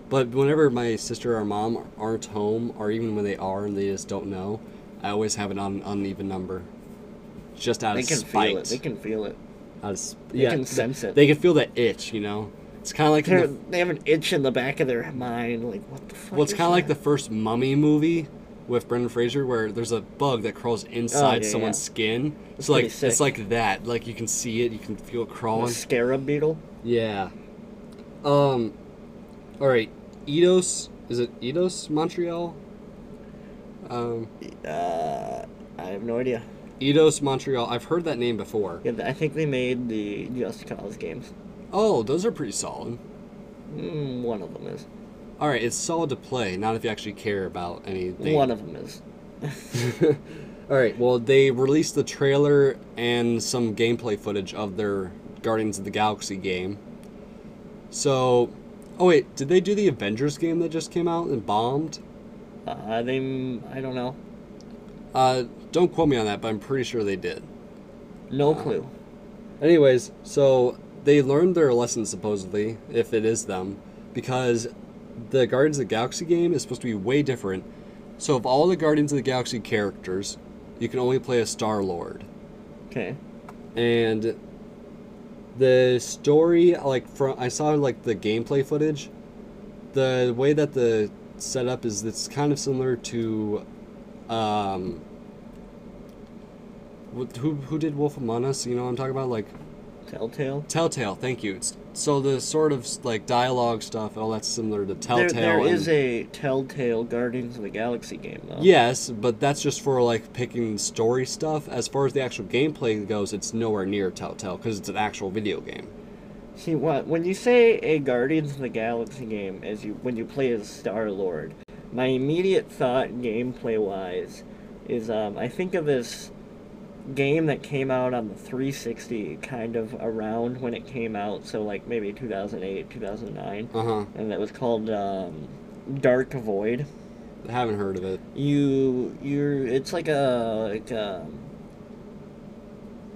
But whenever my sister or mom aren't home, or even when they are and they just don't know, I always have it on an uneven number, just out They of can spite. feel it. They can feel it. I was- yeah, can th- sense it. They can feel that itch, you know. It's kind of like They're, the, they have an itch in the back of their mind, like what the fuck. well, it's is kind of like the that? first Mummy movie with Brendan Fraser, where there's a bug that crawls inside Oh, yeah, someone's yeah. skin. so pretty like sick. it's like that. Like you can see it, you can feel it The crawling. scarab beetle. Yeah. Um. All right. Eidos is it Eidos Montreal? Um, Uh, I have no idea. Eidos Montreal. I've heard that name before. Yeah, I think they made the Just Cause games. Oh, those are pretty solid. Mm, one of them is. All right, it's solid to play. Not if you actually care about anything. One of them is. All right. Well, they released the trailer and some gameplay footage of their Guardians of the Galaxy game. So, oh wait, did they do the Avengers game that just came out and bombed? Uh, they, m- I don't know. Uh, don't quote me on that, but I'm pretty sure they did. No Uh-huh. clue. Anyways, so they learned their lesson supposedly, if it is them, because the Guardians of the Galaxy game is supposed to be way different. So, of all the Guardians of the Galaxy characters, you can only play a Star Lord. Okay. and the story like from i saw like the gameplay footage the way that the setup is it's kind of similar to um wh- who, who did wolf among us you know what i'm talking about like Telltale. telltale thank you it's, so the sort of like dialogue stuff all that's similar to There, telltale there and- is a Telltale Guardians of the Galaxy game though. yes but that's just for like picking story stuff as far as the actual gameplay goes it's nowhere near telltale because it's an actual video game See what when you say a Guardians of the Galaxy game as you when you play as Star Lord, my immediate thought gameplay wise is um, I think of this game that came out on the 360 kind of around when it came out, so like maybe 2008, 2009, uh-huh and that was called um, Dark Void. I haven't heard of it. you you're it's like a like a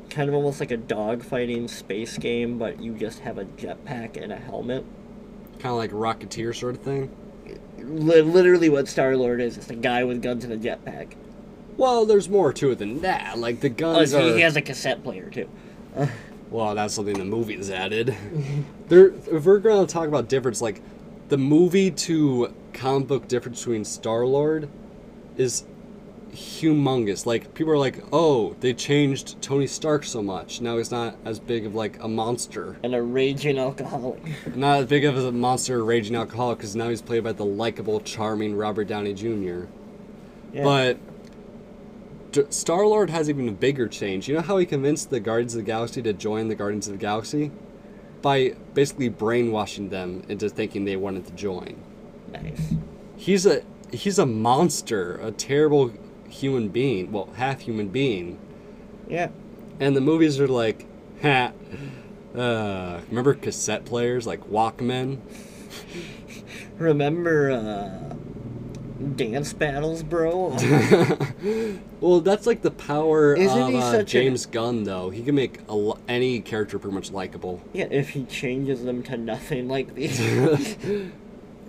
kind of almost like a dog fighting space game but you just have a jetpack and a helmet Kind of like Rocketeer sort of thing. Li- literally what star lord is it's a guy with guns and a jetpack Well, there's more to it than that. Like the oh, guns so are. he has a cassette player too well, that's something the movie's added. there, if we're gonna talk about difference, like the movie to comic book difference between Star Lord is humongous. Like people are like, oh, they changed Tony Stark so much. Now he's not as big of like a monster. and a raging alcoholic Not as big of a monster, raging alcoholic, because now he's played by the likable, charming Robert Downey Jr. yeah. But Star Lord has even a bigger change. You know how he convinced the Guardians of the Galaxy to join the Guardians of the Galaxy? By basically brainwashing them into thinking they wanted to join. Nice. He's a he's a monster, a terrible human being, well, half human being. Yeah. And the movies are like, ha. Uh, remember cassette players like Walkman? Remember uh, dance battles, bro? well, that's like the power Isn't of he uh, such a- James Gunn, though. He can make a, lo- any character pretty much likable. yeah, if he changes them to nothing like these.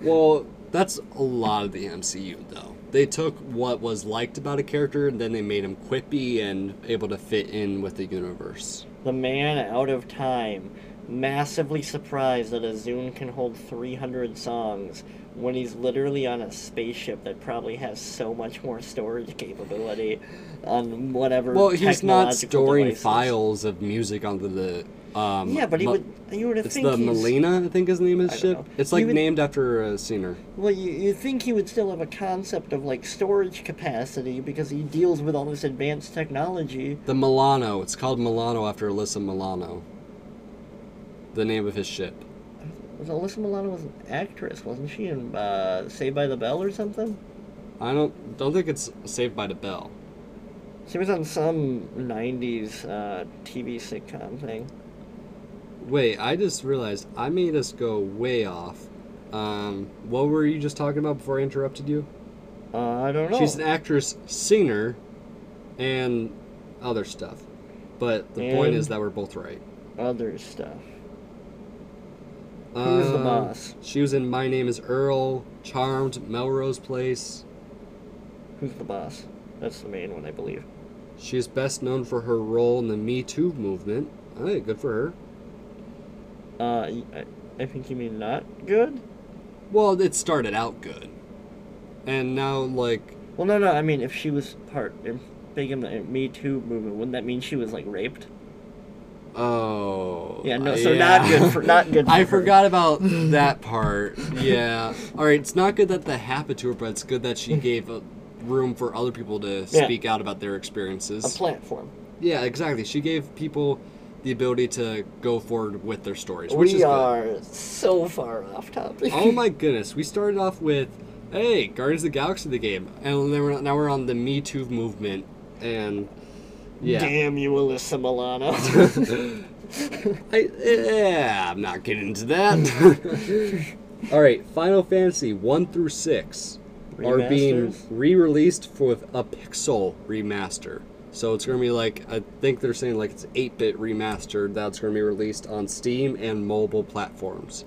Well, that's a lot of the MCU, though. They took what was liked about a character and then they made him quippy and able to fit in with the universe. the man out of time, massively surprised that a Zune can hold 300 songs when he's literally on a spaceship that probably has so much more storage capability on whatever. Well, he's not technological storing devices. files of music onto the. Um, Yeah, but he mu- would. You would It's think the he's, Melina, I think his name is I don't ship. know. It's like You would- named after a singer. Well, you you think he would still have a concept of like storage capacity because he deals with all this advanced technology. The Milano. It's called Milano after Alyssa Milano. The name of his ship. Was Alyssa Milano was an actress, wasn't she? In uh, Saved by the Bell or something? I don't don't think it's Saved by the Bell. She was on some '90s uh, TV sitcom thing. Wait, I just realized I made us go way off. Um, what were you just talking about before I interrupted you? Uh, I don't know. She's an actress, singer, and other stuff. But the point And- is that we're both right. Other stuff. Who was the boss? Um, She was in My Name Is Earl, Charmed, Melrose Place. Who's the boss? That's the main one, I believe. She is best known for her role in the Me Too movement. Hey, good for her. Uh, y- I, I think you mean not good. Well, it started out good, and now like Well, no, no. I mean, if she was part in, big in the Me Too movement, wouldn't that mean she was like raped? oh Yeah, no, so not good for- not good I for her. forgot about that part. Yeah, all right. It's not good that that happened to her, but it's good that she gave uh room for other people to Mm-hmm. Yeah. speak out about their A experiences. platform. yeah, exactly. She gave people the ability to go forward with their stories, which is We good. are so far off topic. Oh my goodness! We started off with, "Hey, Guardians of the Galaxy, the game," and then we're, now we're on the Me Too movement, and yeah, Damn you, Alyssa Milano. I, yeah, I'm not getting into that. All right, Final Fantasy one through six are being Remasters? re-released for with a pixel remaster. So it's gonna be like I think they're saying like it's eight bit remastered that's gonna be released on Steam and mobile platforms.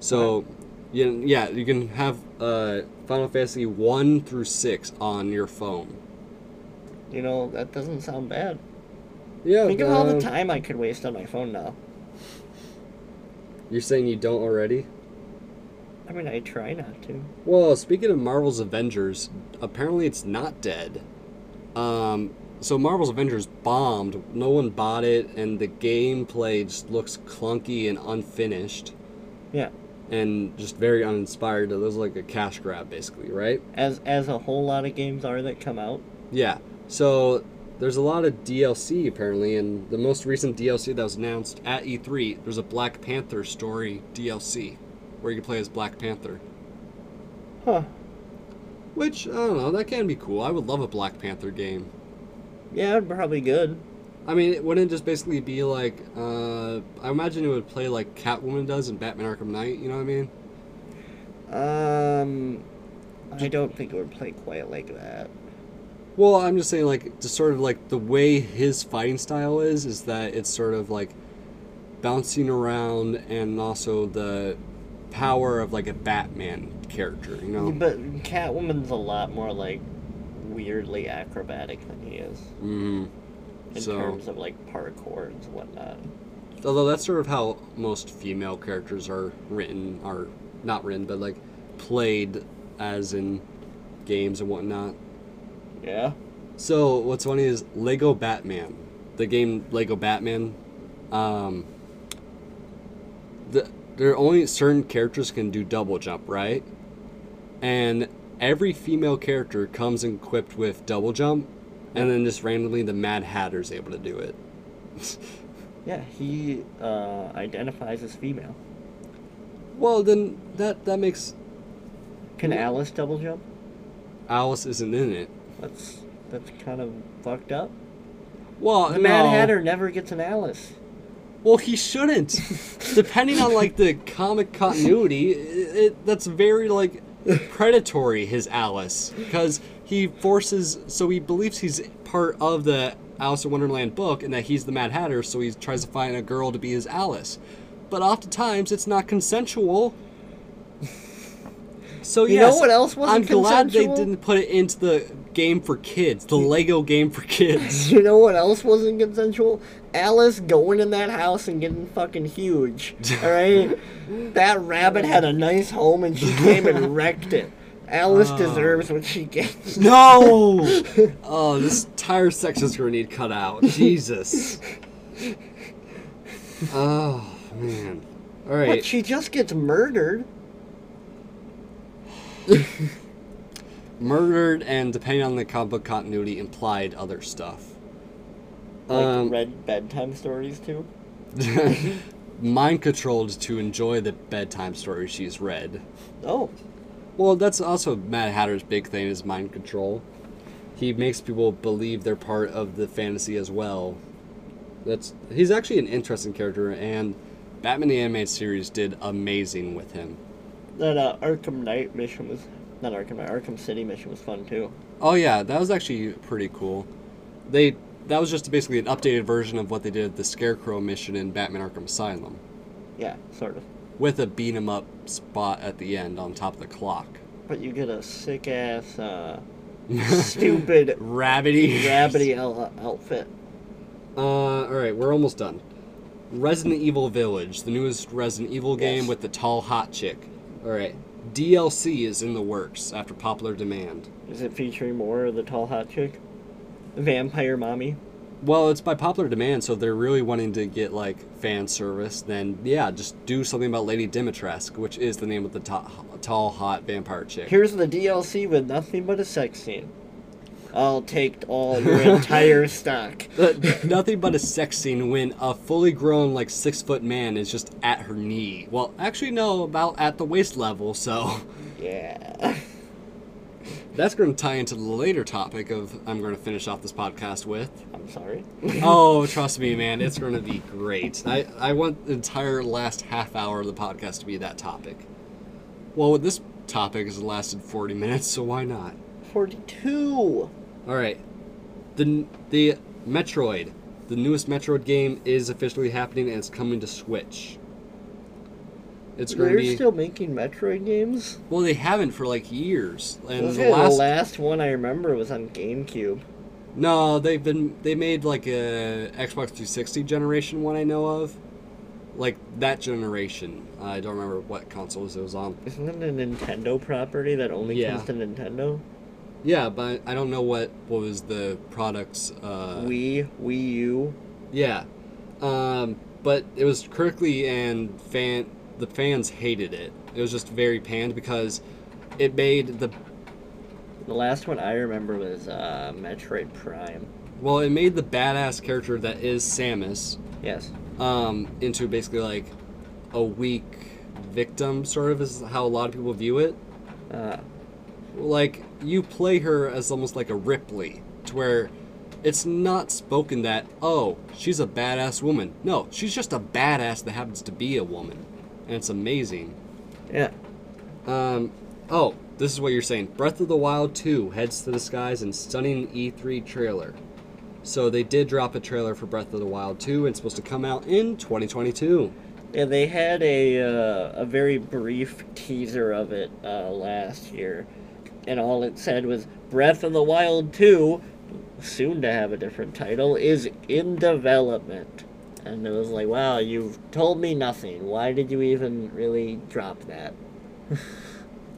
So, you, yeah, you can have uh, Final Fantasy one through six on your phone. you know, that doesn't sound bad. Yeah, Think of all uh, the time I could waste on my phone now. You're saying you don't already? I mean, I try not to. Well, speaking of Marvel's Avengers, apparently it's not dead. Um, so Marvel's Avengers bombed. No one bought it, and the gameplay just looks clunky and unfinished, Yeah. and just very uninspired. It looks like a cash grab, basically, right? As as a whole lot of games are that come out. Yeah. So there's a lot of DLC apparently, and the most recent DLC that was announced at E3, there's a Black Panther story DLC, where you can play as Black Panther. Huh. Which I don't know, that can be cool. I would love a Black Panther game. Yeah, it'd probably good. I mean, it wouldn't just basically be like uh, I imagine it would play like Catwoman does in Batman Arkham Knight. You know what I mean? Um, I don't think it would play quite like that. Well, I'm just saying like just sort of like the way his fighting style is is that it's sort of like bouncing around and also the power of like a Batman character. You know? But Catwoman's a lot more like weirdly acrobatic than he is Mhm. in So- terms of like parkour and whatnot. Although that's sort of how most female characters are written, are not written, but like played as in games and whatnot. Yeah. So what's funny is Lego Batman, the game Lego Batman. Um, the, there are only certain characters can do double jump, right? And every female character comes equipped with double jump, and then just randomly the Mad Hatter's able to do it. Yeah, he uh, identifies as female. Well, then that that makes Can Alice double jump? Alice isn't in it. That's that's kind of fucked up. Well, The Mad no. Hatter never gets an Alice. Well, he shouldn't. Depending on like the comic continuity, it, it, that's very like predatory. His Alice, because he forces, so he believes he's part of the Alice in Wonderland book, and that he's the Mad Hatter. So he tries to find a girl to be his Alice, but oftentimes it's not consensual. So You know yes, what else wasn't I'm glad consensual? they didn't put it into the game for kids, the Lego game for kids. You know what else wasn't consensual? Alice going in that house and getting fucking huge. Alright? that rabbit had a nice home and she came and wrecked it. Alice deserves what she gets. No! oh, this entire section's gonna need cut out. Jesus. Oh, man. But Alright. she just gets murdered. Murdered and, depending on the comic book continuity, implied other stuff. Like Um, read bedtime stories too. mind controlled to enjoy the bedtime story she's read. Oh. Well, that's also Mad Hatter's big thing is mind control. He makes people believe they're part of the fantasy as well. That's he's actually an interesting character, and Batman the Animated Series did amazing with him. That uh, Arkham Knight mission was not Arkham Knight, Arkham City mission was fun too. Oh yeah, that was actually pretty cool. They that was just basically an updated version of what they did at the Scarecrow mission in Batman Arkham Asylum, Yeah, sort of. with a beat 'em up spot at the end on top of the clock. But you get a sick ass uh, stupid Rabbity. rabbity el- outfit. Uh, all right, we're almost done. Resident Evil Village, the newest Resident Evil game Yes. with the tall hot chick. All right, DLC is in the works after popular demand. Is it featuring more of the tall hot chick? Vampire mommy? Well, it's by popular demand, so if they're really wanting to get like fan service. Then yeah, just do something about Lady Dimitrescu, which is the name of the ta- tall hot vampire chick. Here's the DLC with nothing but a sex scene. I'll take all your entire stock. Uh, nothing but a sex scene when a fully grown like six foot man is just at her knee. Well, actually no, about at the waist level. So. Yeah. That's going to tie into the later topic of I'm going to finish off this podcast with. I'm sorry. Oh, trust me, man, it's going to be great. I, I want the entire last half hour of the podcast to be that topic. Well, this topic has lasted 40 minutes, so why not? 42! All right. The the Metroid, the newest Metroid game is officially happening and it's coming to Switch. It's going to They're be still making Metroid games? Well, they haven't for like years. And Okay, the last the last one I remember was on GameCube. No, they've been they made like a Xbox 360 generation one I know of, like that generation. I don't remember what consoles it was on. Isn't that a Nintendo property that only Yeah. comes to Nintendo? Yeah, but I don't know what what was the products. Uh, Wii, Wii U. yeah, um, but it was critically and fan the fans hated it. It was just very panned because it made the The last one I remember was uh, Metroid Prime. well it made the badass character that is Samus Yes. um, into basically like a weak victim, sort of, is how a lot of people view it. Uh, Like, you play her as almost like a Ripley, to where it's not spoken that, oh, she's a badass woman. No, she's just a badass that happens to be a woman. And it's amazing. yeah. Um, oh, this is what you're saying. Breath of the Wild 2 heads to the skies in stunning E3 trailer. So they did drop a trailer for Breath of the Wild 2 and it's supposed to come out in 2022. Yeah, they had a uh, a very brief teaser of it uh, last year, and all it said was "Breath of the Wild 2, soon to have a different title, is in development." And it was like, "Wow, you've told me nothing. Why did you even really drop that?"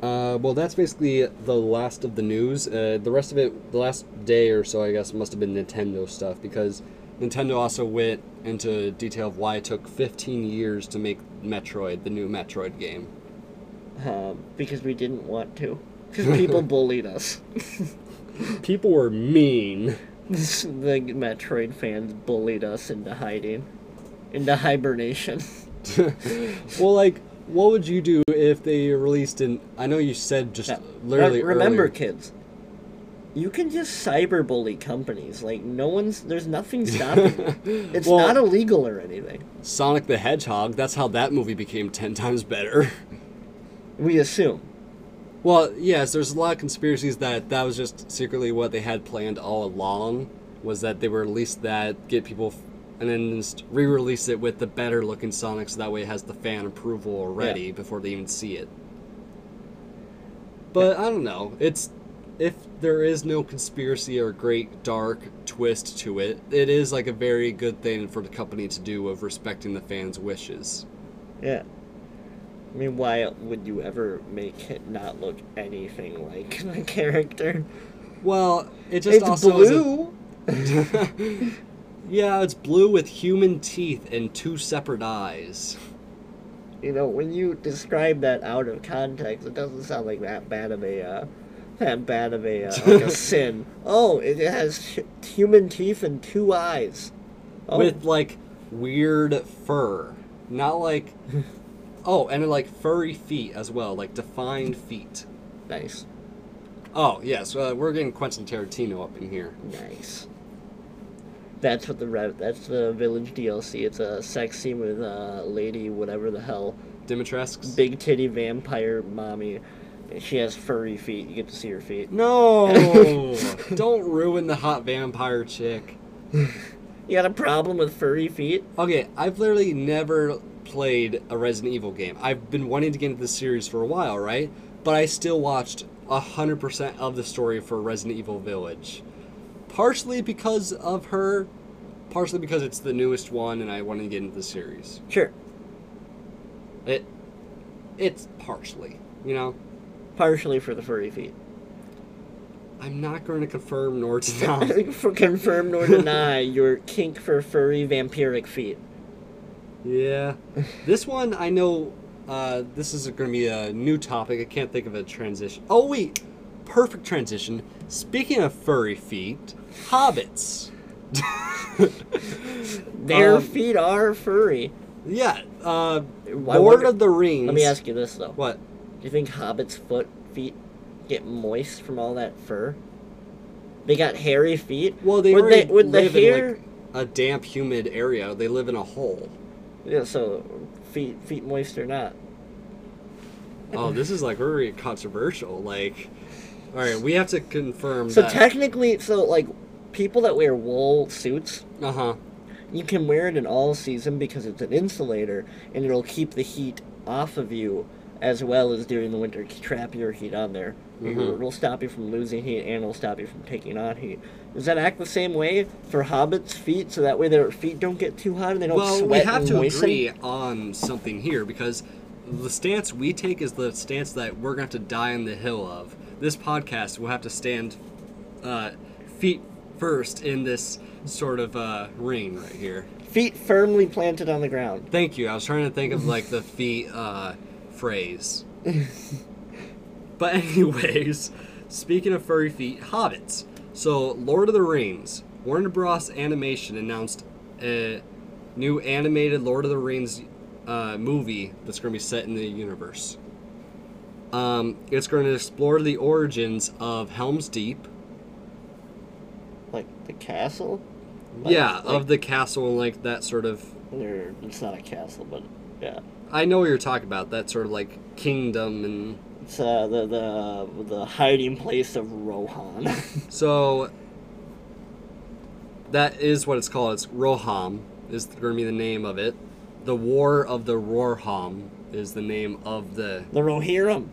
Uh, well, that's basically the last of the news. Uh, the rest of it, the last day or so, I guess, must have been Nintendo stuff because Nintendo also went into detail of why it took 15 years to make Metroid, the new Metroid game. Um, because we didn't want to. Because people bullied us. People were mean. the Metroid fans bullied us into hiding, into hibernation. well, like, what would you do if they released an? I know you said just literally. Re- remember, earlier- kids, you can just cyberbully companies. Like no one's there's nothing stopping. you. It's Well- not illegal or anything. Sonic the Hedgehog. That's how that movie became ten times better. We assume. Well, yes, there's a lot of conspiracies that that was just secretly what they had planned all along. Was that they would release that, get people, f- and then just re-release it with the better looking Sonic, so that way it has the fan approval already before they even see it. But I don't know. It's if there is no conspiracy or great dark twist to it, it is like a very good thing for the company to do of respecting the fans' wishes. Yeah. I mean, why would you ever make it not look anything like the character? Well, it just it's also is a- blue. yeah, it's blue with human teeth and two separate eyes. You know, when you describe that out of context, it doesn't sound like that bad of a, uh, that bad of a, uh, like a sin. Oh, it has hu- human teeth and two eyes. Oh, With like weird fur. Not like Oh, and like furry feet as well, like defined feet. nice, Oh, yes, uh, we're getting Quentin Tarantino up in here. nice. That's what the rev- that's the village DLC. It's a sex scene with uh, lady, whatever the hell, Dimitrescu's? big titty vampire mommy. She has furry feet. You get to see her feet. no! Don't ruin the hot vampire chick. You got a problem with furry feet? Okay, I've literally never played a Resident Evil game. I've been wanting to get into the series for a while, right? But I still watched 100% of the story for Resident Evil Village. Partially because of her, partially because it's the newest one and I wanted to get into the series. Sure. It it's partially, you know. Partially for the furry feet. I'm not going to confirm nor deny. for confirm nor deny your kink for furry vampiric feet. yeah. This one I know uh, this is going to be a new topic. I can't think of a transition. Oh wait, perfect transition. Speaking of furry feet, hobbits. Their Um, feet are furry. Yeah, uh, Why Lord wonder- of the Rings. Let me ask you this though: What? Do you think hobbits' foot feet get moist from all that fur? They got hairy feet. Well, they would already they would the live hair. in like a damp, humid area. They live in a hole. Yeah, so feet feet moist or not? Oh, this is like very controversial. Like, all right, we have to confirm So that. technically, so like people that wear wool suits, uh huh. you can wear it in all season because it's an insulator and it'll keep the heat off of you as well as during the winter k- trap your heat on there Mhm. it'll stop you from losing heat and it'll stop you from taking on heat does that act the same way for hobbits feet so that way their feet don't get too hot and they don't Well, sweat we have and to moisten? agree on something here because the stance we take is the stance that we're going to have to die on the hill of. This podcast will have to stand uh, feet first in this sort of uh, ring right here. feet firmly planted on the ground Thank you. I was trying to think of like the feet uh, phrase. but anyways, speaking of furry feet, hobbits. So Lord of the Rings, Warner Bros. Animation announced a new animated Lord of the Rings uh, movie that's going to be set in the universe. Um, it's going to explore the origins of Helm's Deep. like the castle Like- yeah, like- of the castle and like that sort of. or it's not a castle but yeah I know what you're talking about. That sort of like kingdom and it's uh, the, the the hiding place of rohan So that is what it's called. It's Roham is going to be the name of it. The War of the Roham is the name of the the rohirrim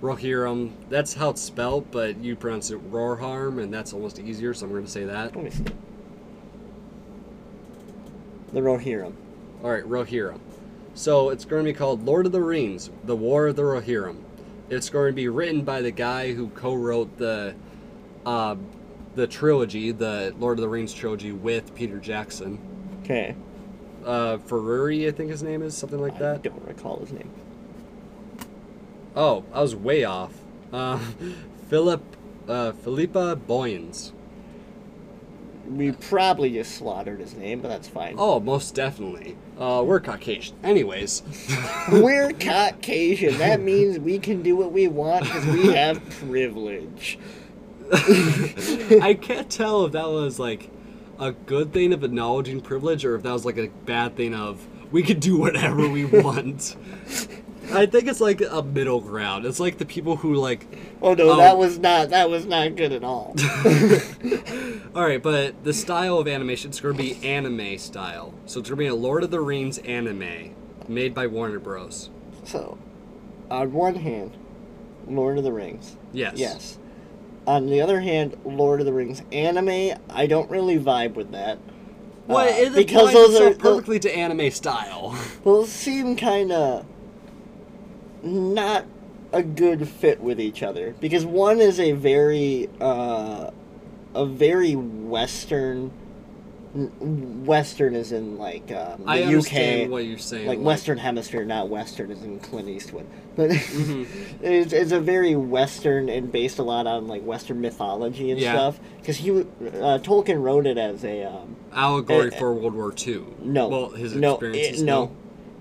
Rohirrim. That's how it's spelled, but you pronounce it Roharm, and that's almost easier. So I'm going to say that. Let me see. The Rohirrim. All right, Rohirrim. So it's going to be called Lord of the Rings: The War of the Rohirrim. It's going to be written by the guy who co-wrote the uh, the trilogy, the Lord of the Rings trilogy, with Peter Jackson. Okay. uh, Ferrari, I think his name is something like I that. don't recall his name. Oh, I was way off. Uh, Philip, uh, Philippa Boyens. we probably just slaughtered his name, but that's fine. Oh, most definitely. Uh, we're Caucasian. Anyways, We're Caucasian. That means we can do what we want because we have privilege. I can't tell if that was like a good thing of acknowledging privilege or if that was like a bad thing of we could do whatever we want. I think it's like a middle ground. It's like the people who like, Oh no, that Oh. was not that was not good at all. all right, but the style of animation it's going to be anime style. So it's going to be a Lord of the Rings anime made by Warner Bros. so, on one hand, Lord of the Rings. Yes. Yes. On the other hand, Lord of the Rings anime, I don't really vibe with that. Well, Uh, it because because those are perfectly to anime style. Those seem kind of not a good fit with each other because one is a very uh, a very western n- western is in like um, the I understand UK what you're saying. like western hemisphere not western is in Clint Eastwood but Mm-hmm. it's, it's a very western and based a lot on like western mythology and Yeah. stuff because he w- uh, Tolkien wrote it as a um, allegory Uh, for World War II. no. Well, his no, experiences. it- no.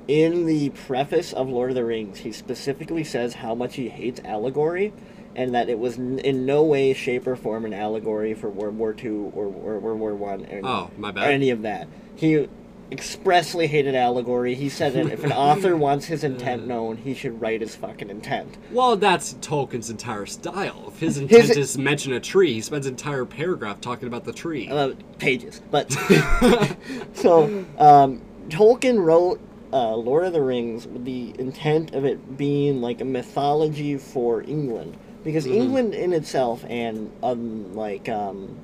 In the preface of Lord of the Rings, he specifically says how much he hates allegory and that it was n- in no way, shape, or form an allegory for World War II or, or World War One or, Oh, my or bad. any of that. He expressly hated allegory. He said that if an author wants his Uh. intent known, he should write his fucking intent. Well, that's Tolkien's entire style. If his intent His- is to mention a tree, he spends an entire paragraph talking about the tree. uh, pages. But so um, Tolkien wrote uh, Lord of the Rings with the intent of it being like a mythology for England, because England in itself and um, like um,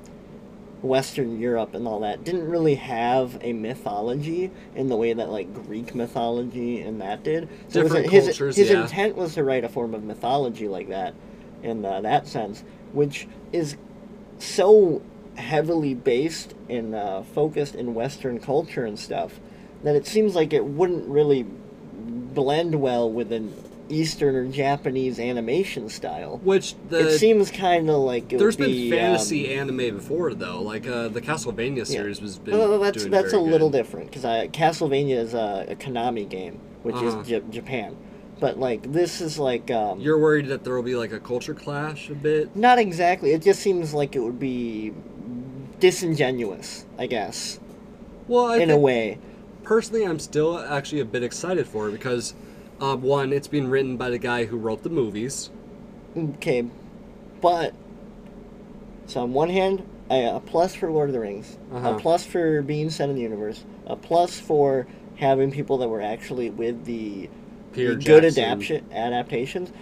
Western Europe and all that didn't really have a mythology in the way that like Greek mythology and that did. So it was- Different his, cultures, his yeah. intent was to write a form of mythology like that, in uh, that sense, which is so heavily based and uh, focused in Western culture and stuff that it seems like it wouldn't really blend well with an Eastern or Japanese animation style. Which the it seems kind of like it uh, there's would been be, um, fantasy anime before though, like uh, the Castlevania yeah. series was been. Well, that's doing that's a very little good. different because Castlevania is a, a Konami game, which Uh-huh. is J- Japan, but like this is like um, You're worried that there will be like a culture clash a bit. Not exactly. It just seems like it would be disingenuous, I guess, Well, I in a think way. personally, I'm still actually a bit excited for it because, uh, one, it's being written by the guy who wrote the movies. Okay, but so on one hand, a, a plus for Lord of the Rings, a Uh-huh. plus for being set in the universe, a plus for having people that were actually with the, Peter the good Jackson. adaptation adaptations.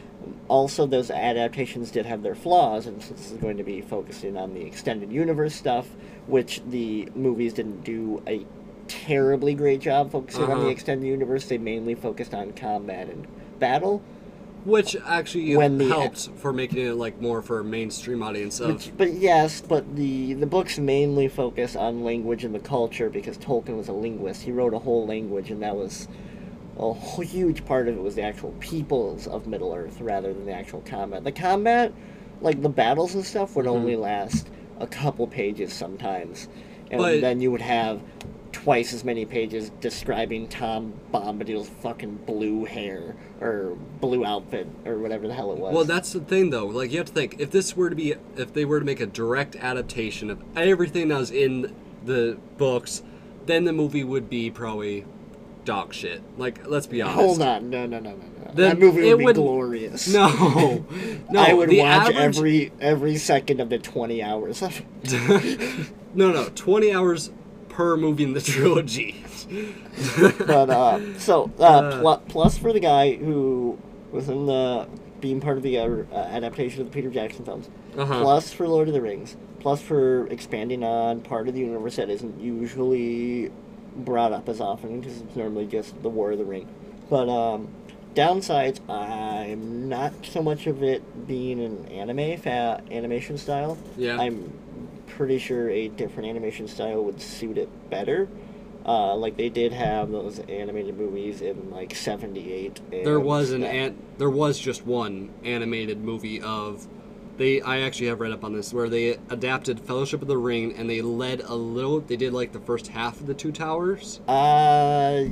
Also, those adaptations did have their flaws, and since this is going to be focusing on the extended universe stuff, which the movies didn't do a terribly great job focusing on the Uh-huh. extended universe, they mainly focused on combat and battle. which actually When the- helped for making it like more for a mainstream audience of Which, but yes, but the the books mainly focus on language and the culture because Tolkien was a linguist. He wrote a whole language, and that was a wh- huge part of it was the actual peoples of Middle Earth rather than the actual combat. The combat, like the battles and stuff, would only Mm-hmm. last a couple pages sometimes, and But- then you would have twice as many pages describing Tom Bombadil's fucking blue hair or blue outfit or whatever the hell it was. Well, that's the thing, though. Like, you have to think if this were to be, if they were to make a direct adaptation of everything that was in the books, then the movie would be probably dog shit. Like, let's be honest. Hold on, no, no, no, no, no. The- that movie it would be would- glorious. No, no. I would the watch average- every every second of the twenty hours of it. no, no. Twenty hours per movie in the trilogy. But uh, so uh, pl- plus for the guy who was in the being part of the uh, uh, adaptation of the Peter Jackson films. Uh-huh. Plus for Lord of the Rings. Plus for expanding on part of the universe that isn't usually brought up as often because it's normally just the War of the Ring. But um, downsides, I'm not so much of it being an anime fa- animation style. Yeah. I'm pretty sure a different animation style would suit it better. Uh, like they did have those animated movies in like '78. There was an, an there was just one animated movie of They, I actually have read up on this where they adapted Fellowship of the Ring and they led a little. They did like the first half of the Two Towers. Uh,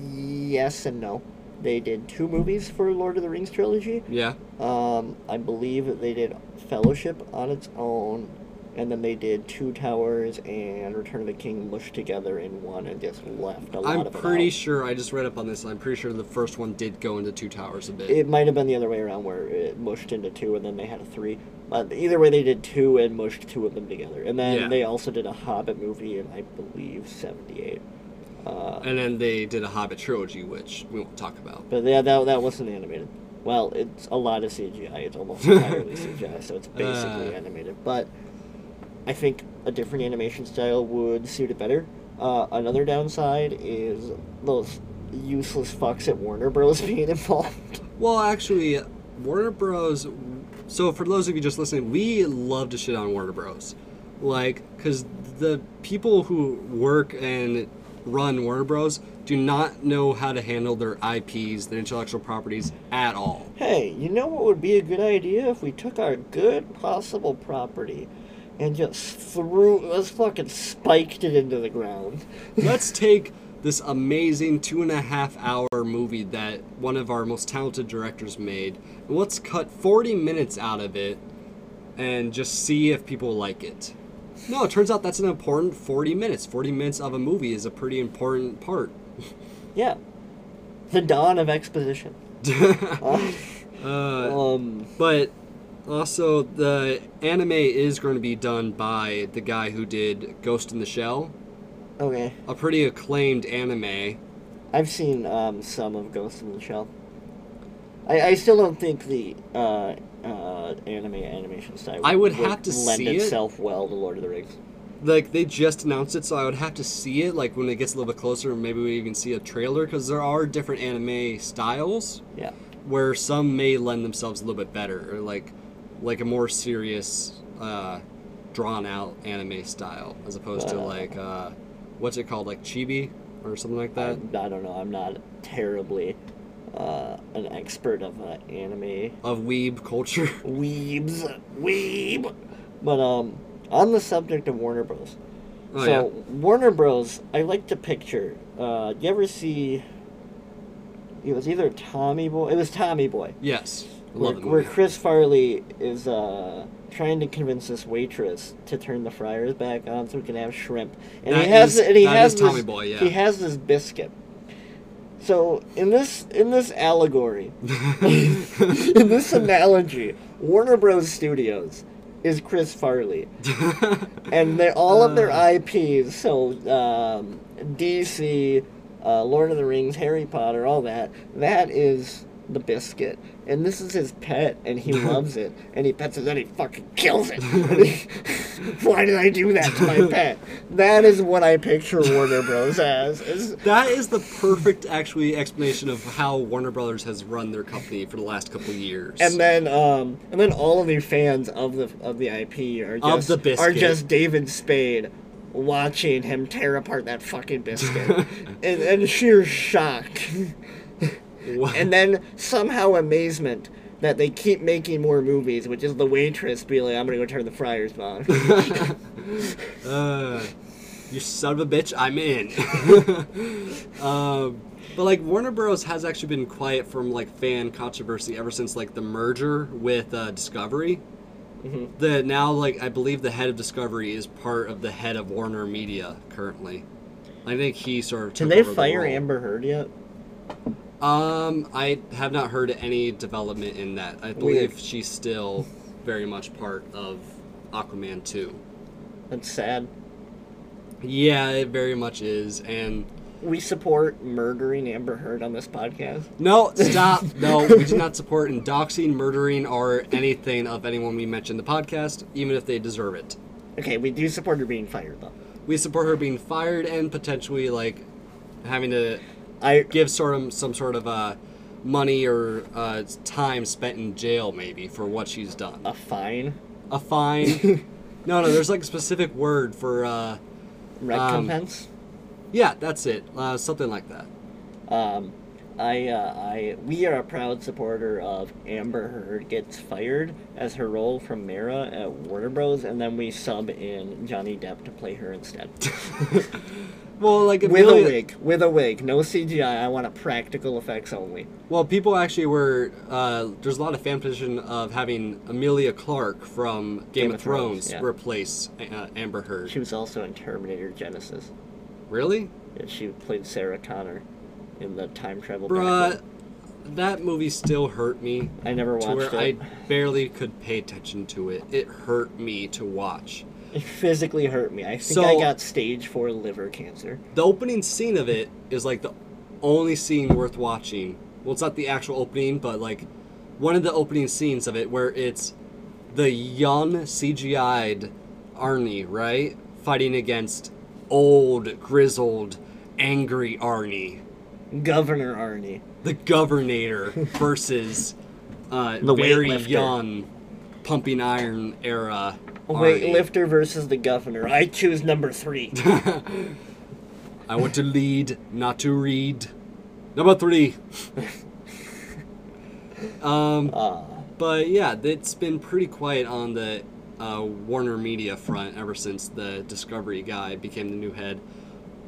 yes and no. They did two movies for Lord of the Rings trilogy. Yeah, Um, I believe that they did Fellowship on its own, and then they did Two Towers and Return of the King mushed together in one and just left a lot I'm of it pretty out. sure. I just read up on this. and I'm pretty sure the first one did go into Two Towers a bit. It might have been the other way around where it mushed into two and then they had a three. But either way, they did two and mushed two of them together. And then Yeah. they also did a Hobbit movie in, I believe, 78. Uh, and then they did a Hobbit trilogy, which we won't talk about. but yeah, that, that wasn't animated. Well, it's a lot of CGI. It's almost entirely CGI, so it's basically Uh. animated. But I think a different animation style would suit it better. Uh, another downside is those useless fucks at Warner Bros. being involved. Well, actually, Warner Bros. So for those of you just listening, we love to shit on Warner Bros. Like, because the people who work and run Warner Bros. do not know how to handle their IPs, their intellectual properties at all. Hey, you know what would be a good idea if we took our good possible property and just threw, let's fucking spiked it into the ground. Let's take this amazing two and a half hour movie that one of our most talented directors made, and let's cut 40 minutes out of it and just see if people like it. No, it turns out that's an important 40 minutes. 40 minutes of a movie is a pretty important part. Yeah. The dawn of exposition. Uh, Um, but also, the anime is going to be done by the guy who did Ghost in the Shell, okay. a pretty acclaimed anime. I've seen um, some of Ghost in the Shell. I, I still don't think the uh, uh, anime animation style I would have to lend see it. itself well to Lord of the Rings. like they just announced it, so I would have to see it. Like when it gets a little bit closer, maybe we even see a trailer because there are different anime styles Yeah. where some may lend themselves a little bit better, or like like a more serious, uh, drawn out anime style as opposed to Uh. like uh, what's it called, like chibi or something like I, that. I don't know. I'm not terribly uh, an expert of uh, anime of weeb culture. weebs, weeb. But um, on the subject of Warner Bros. Oh, so yeah. Warner Bros. I like to picture. Uh, you ever see? It was either Tommy Boy. It was Tommy Boy. yes, I Where, love the where movie. Chris Farley is uh, trying to convince this waitress to turn the fryers back on so we can have shrimp, and That he has is- and he that has is this, Tommy Boy, yeah. he has this biscuit. So in this in this allegory, in this analogy, Warner Bros. Studios is Chris Farley, and they all of their IPs. So um, DC, uh, Lord of the Rings, Harry Potter, all that. That is the biscuit, and this is his pet, and he loves it, and he pets it, and he fucking kills it. And he- Why did I do that to my pet? That is what I picture Warner Bros. as. is- That is the perfect, actually, explanation of how Warner Brothers has run their company for the last couple years. And then, um, and then all of the fans of the of the IP are Of just the biscuit. are just David Spade watching him tear apart that fucking biscuit, and, and sheer shock, Wha- and then somehow amazement that they keep making more movies, which is the waitress being like, "I'm gonna go turn the fryers on." Uh, you son of a bitch, I'm in. um, but like Warner Bros. has actually been quiet from like fan controversy ever since like the merger with uh, Discovery. Mm-hmm. The now like I believe the head of Discovery is part of the head of Warner Media currently. I think he sort of. Can took they over the fire role. Amber Heard yet? Um, I have not heard any development in that. I believe she's still very much part of Aquaman two. That's sad. Yeah, it very much is, and. We support murdering Amber Heard on this podcast. No, stop. No, we do not support doxing, murdering, or anything of anyone we mention in the podcast, even if they deserve it. Okay, we do support her being fired though. We support her being fired and potentially like having to I give sort of some sort of uh, money or uh, time spent in jail, maybe for what she's done. a fine A fine. No, no. There's like a specific word for. Uh, recompense. yeah, that's it. Uh, something like that. Um, I, uh, I, we are a proud supporter of Amber Heard gets fired as her role from Mara at Warner Bros, and then we sub in Johnny Depp to play her instead. Well, like a with a million- wig, with a wig, no CGI. I want a practical effects only. Well, people actually were. Uh, there's a lot of fan petition of having Amelia Clark from Game, of, Thrones, yeah. replace uh, Amber Heard. She was also in Terminator Genesis. really, And she played Sarah Connor in the time travel. bruh, backlot. that movie still hurt me I never to where watched I it. barely could pay attention to it. It hurt me to watch. It physically hurt me. I think So- I got stage four liver cancer. The opening scene of it is like the only scene worth watching. Well, it's not the actual opening, but like one of the opening scenes of it where it's the young CGI'd Arnie, right? Fighting against old, grizzled, angry Arnie. Governor Arnie. The Governator versus uh, The very weightlifter. young, pumping iron era. Arnie. Weightlifter versus the governor. I choose number three. I want to lead, not to read. Number three. um, Uh, but yeah, it's been pretty quiet on the uh, Warner Media front ever since the Discovery guy became the new head.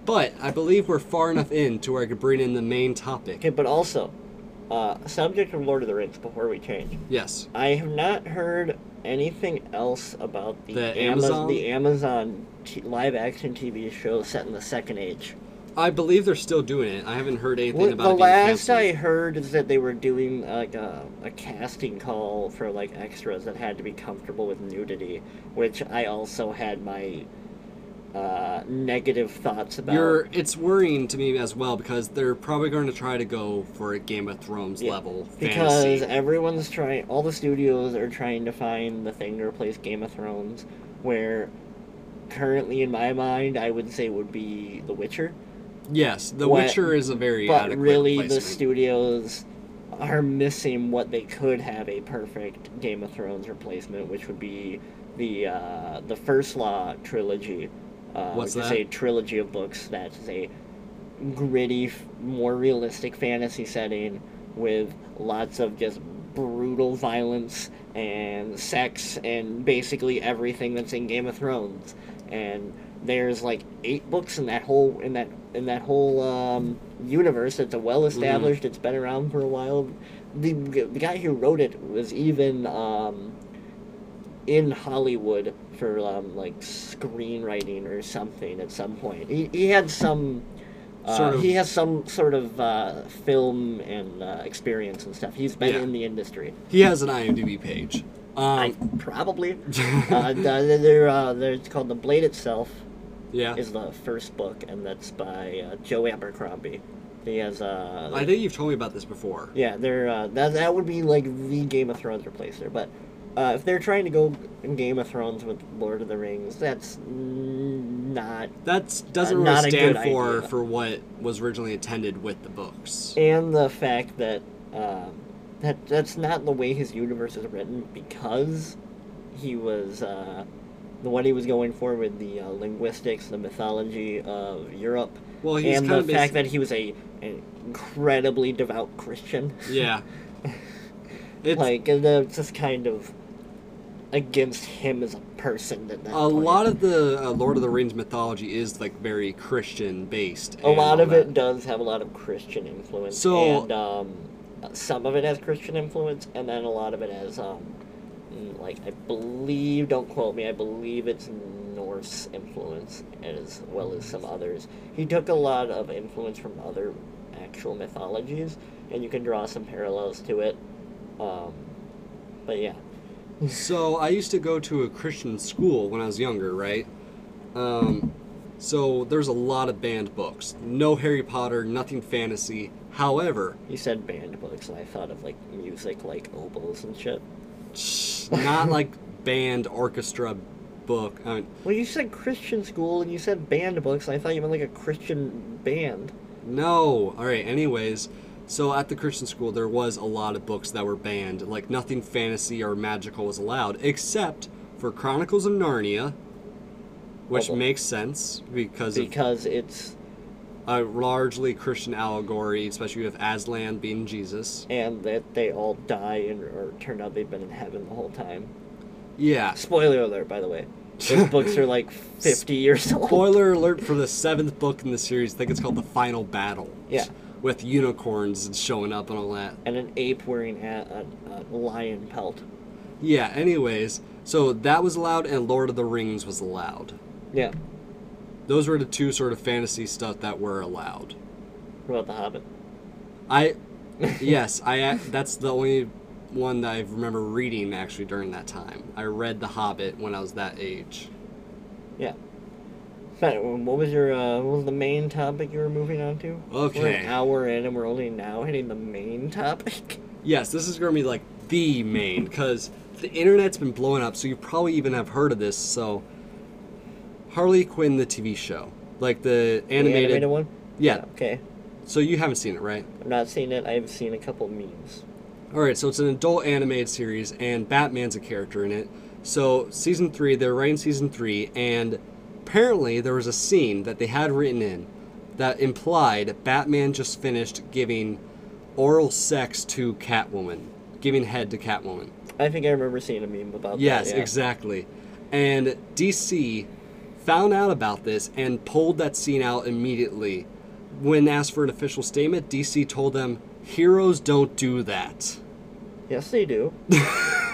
But I believe we're far enough in to where I could bring in the main topic. okay, but also, uh, subject of Lord of the Rings before we change. Yes. I have not heard anything else about the, The Amaz- Amazon? the Amazon t- live action TV show set in the Second Age. I believe they're still doing it. I haven't heard anything Well, about the it being last canceled. I heard is that they were doing like a, a casting call for like extras that had to be comfortable with nudity, which I also had my uh, negative thoughts about. You're, it's worrying to me as well because they're probably going to try to go for a Game of Thrones Yeah, level because fantasy. everyone's trying all the studios are trying to find the thing to replace game of thrones where currently in my mind i would say would be the witcher Yes, The What- Witcher is a very but adequate really the replacement. studios are missing what they could have a perfect game of thrones replacement which would be the uh, the first law trilogy uh, What's which is that? a trilogy of books that is a gritty, f- more realistic fantasy setting with lots of just brutal violence and sex and basically everything that's in Game of Thrones. And there's like eight books in that whole in that in that whole um, universe. It's a well established. It's been around for a while. The, the guy who wrote it was even um, in Hollywood for um, like screenwriting or something at some point. He, he had some. Uh, Sort of- He has some sort of uh, film and uh, experience and stuff. He's been Yeah. in the industry. He has an IMDb page. I, Um, probably. uh, th- they're, uh, they're, it's called The Blade Itself yeah, is the first book, and that's by uh, Joe Abercrombie. He has uh, I think you've told me about this before. Yeah, they're uh, that that would be like the Game of Thrones replacer. But uh, if they're trying to go in Game of Thrones with Lord of the Rings, that's n- not. That doesn't Uh, really not a stand good for idea. for what was originally intended with the books. And the fact that um, that that's not the way his universe is written because he was uh, the what he was going for with the uh, linguistics, the mythology of Europe, Well, he's and kind the of fact that he was a an incredibly devout Christian. yeah. It's, like and then it's just kind of against him as a person at that a lot of the uh, Lord of the Rings mythology is like very Christian based. a lot of it does have a lot of christian influence So- and um, some of it has christian influence and then a lot of it has um, mm, like i believe don't quote me i believe it's norse influence as well as some others he took a lot of influence from other actual mythologies and you can draw some parallels to it um, but yeah So I used to go to a Christian school when I was younger, right? Um, so there's a lot of banned books. No Harry Potter, nothing fantasy. However, You said band books, and I thought of like music, like oboes and shit. not like band orchestra book. I mean, Well, you said Christian school, and you said band books, and I thought you meant like a Christian band. no. All right. Anyways, so at the Christian school, there was a lot of books that were banned. Like nothing fantasy or magical was allowed, except for Chronicles of Narnia, which Obo. makes sense because of Because it's a largely Christian allegory, especially with Aslan being Jesus. and that they all die and or turn out they've been in heaven the whole time. Yeah. Spoiler alert, by the way. Those books are like 50 years old. Spoiler alert for the seventh book in the series. I think it's called The Final Battle. Yeah. With unicorns and showing up and all that. And an ape wearing a, a, a lion pelt. Yeah, anyways, so that was allowed and Lord of the Rings was allowed. Yeah. Those were the two sort of fantasy stuff that were allowed. What about the Hobbit? I yes, I ac- that's the only one that I remember reading actually during that time. I read The Hobbit when I was that age. Yeah. But what was your uh, what was the main topic you were moving on to? We're Okay. an hour in and we're only now hitting the main topic. Yes, this is going to be like the main because the internet's been blowing up, so you probably even have heard of this. So, Harley Quinn, the TV show, like the The animated, animated one. Yeah. Okay. So you haven't seen it, right? I've not seen it. I've seen a couple memes. All right. So it's an adult animated series, and Batman's a character in it. So season three, they're writing season three, and apparently there was a scene that they had written in that implied Batman just finished giving oral sex to Catwoman, giving head to Catwoman. I think I remember seeing a meme about Yes, that. yeah. exactly. And DC found out about this and pulled that scene out immediately. When asked for an official statement, DC told them, "Heroes don't do that." Yes, they do.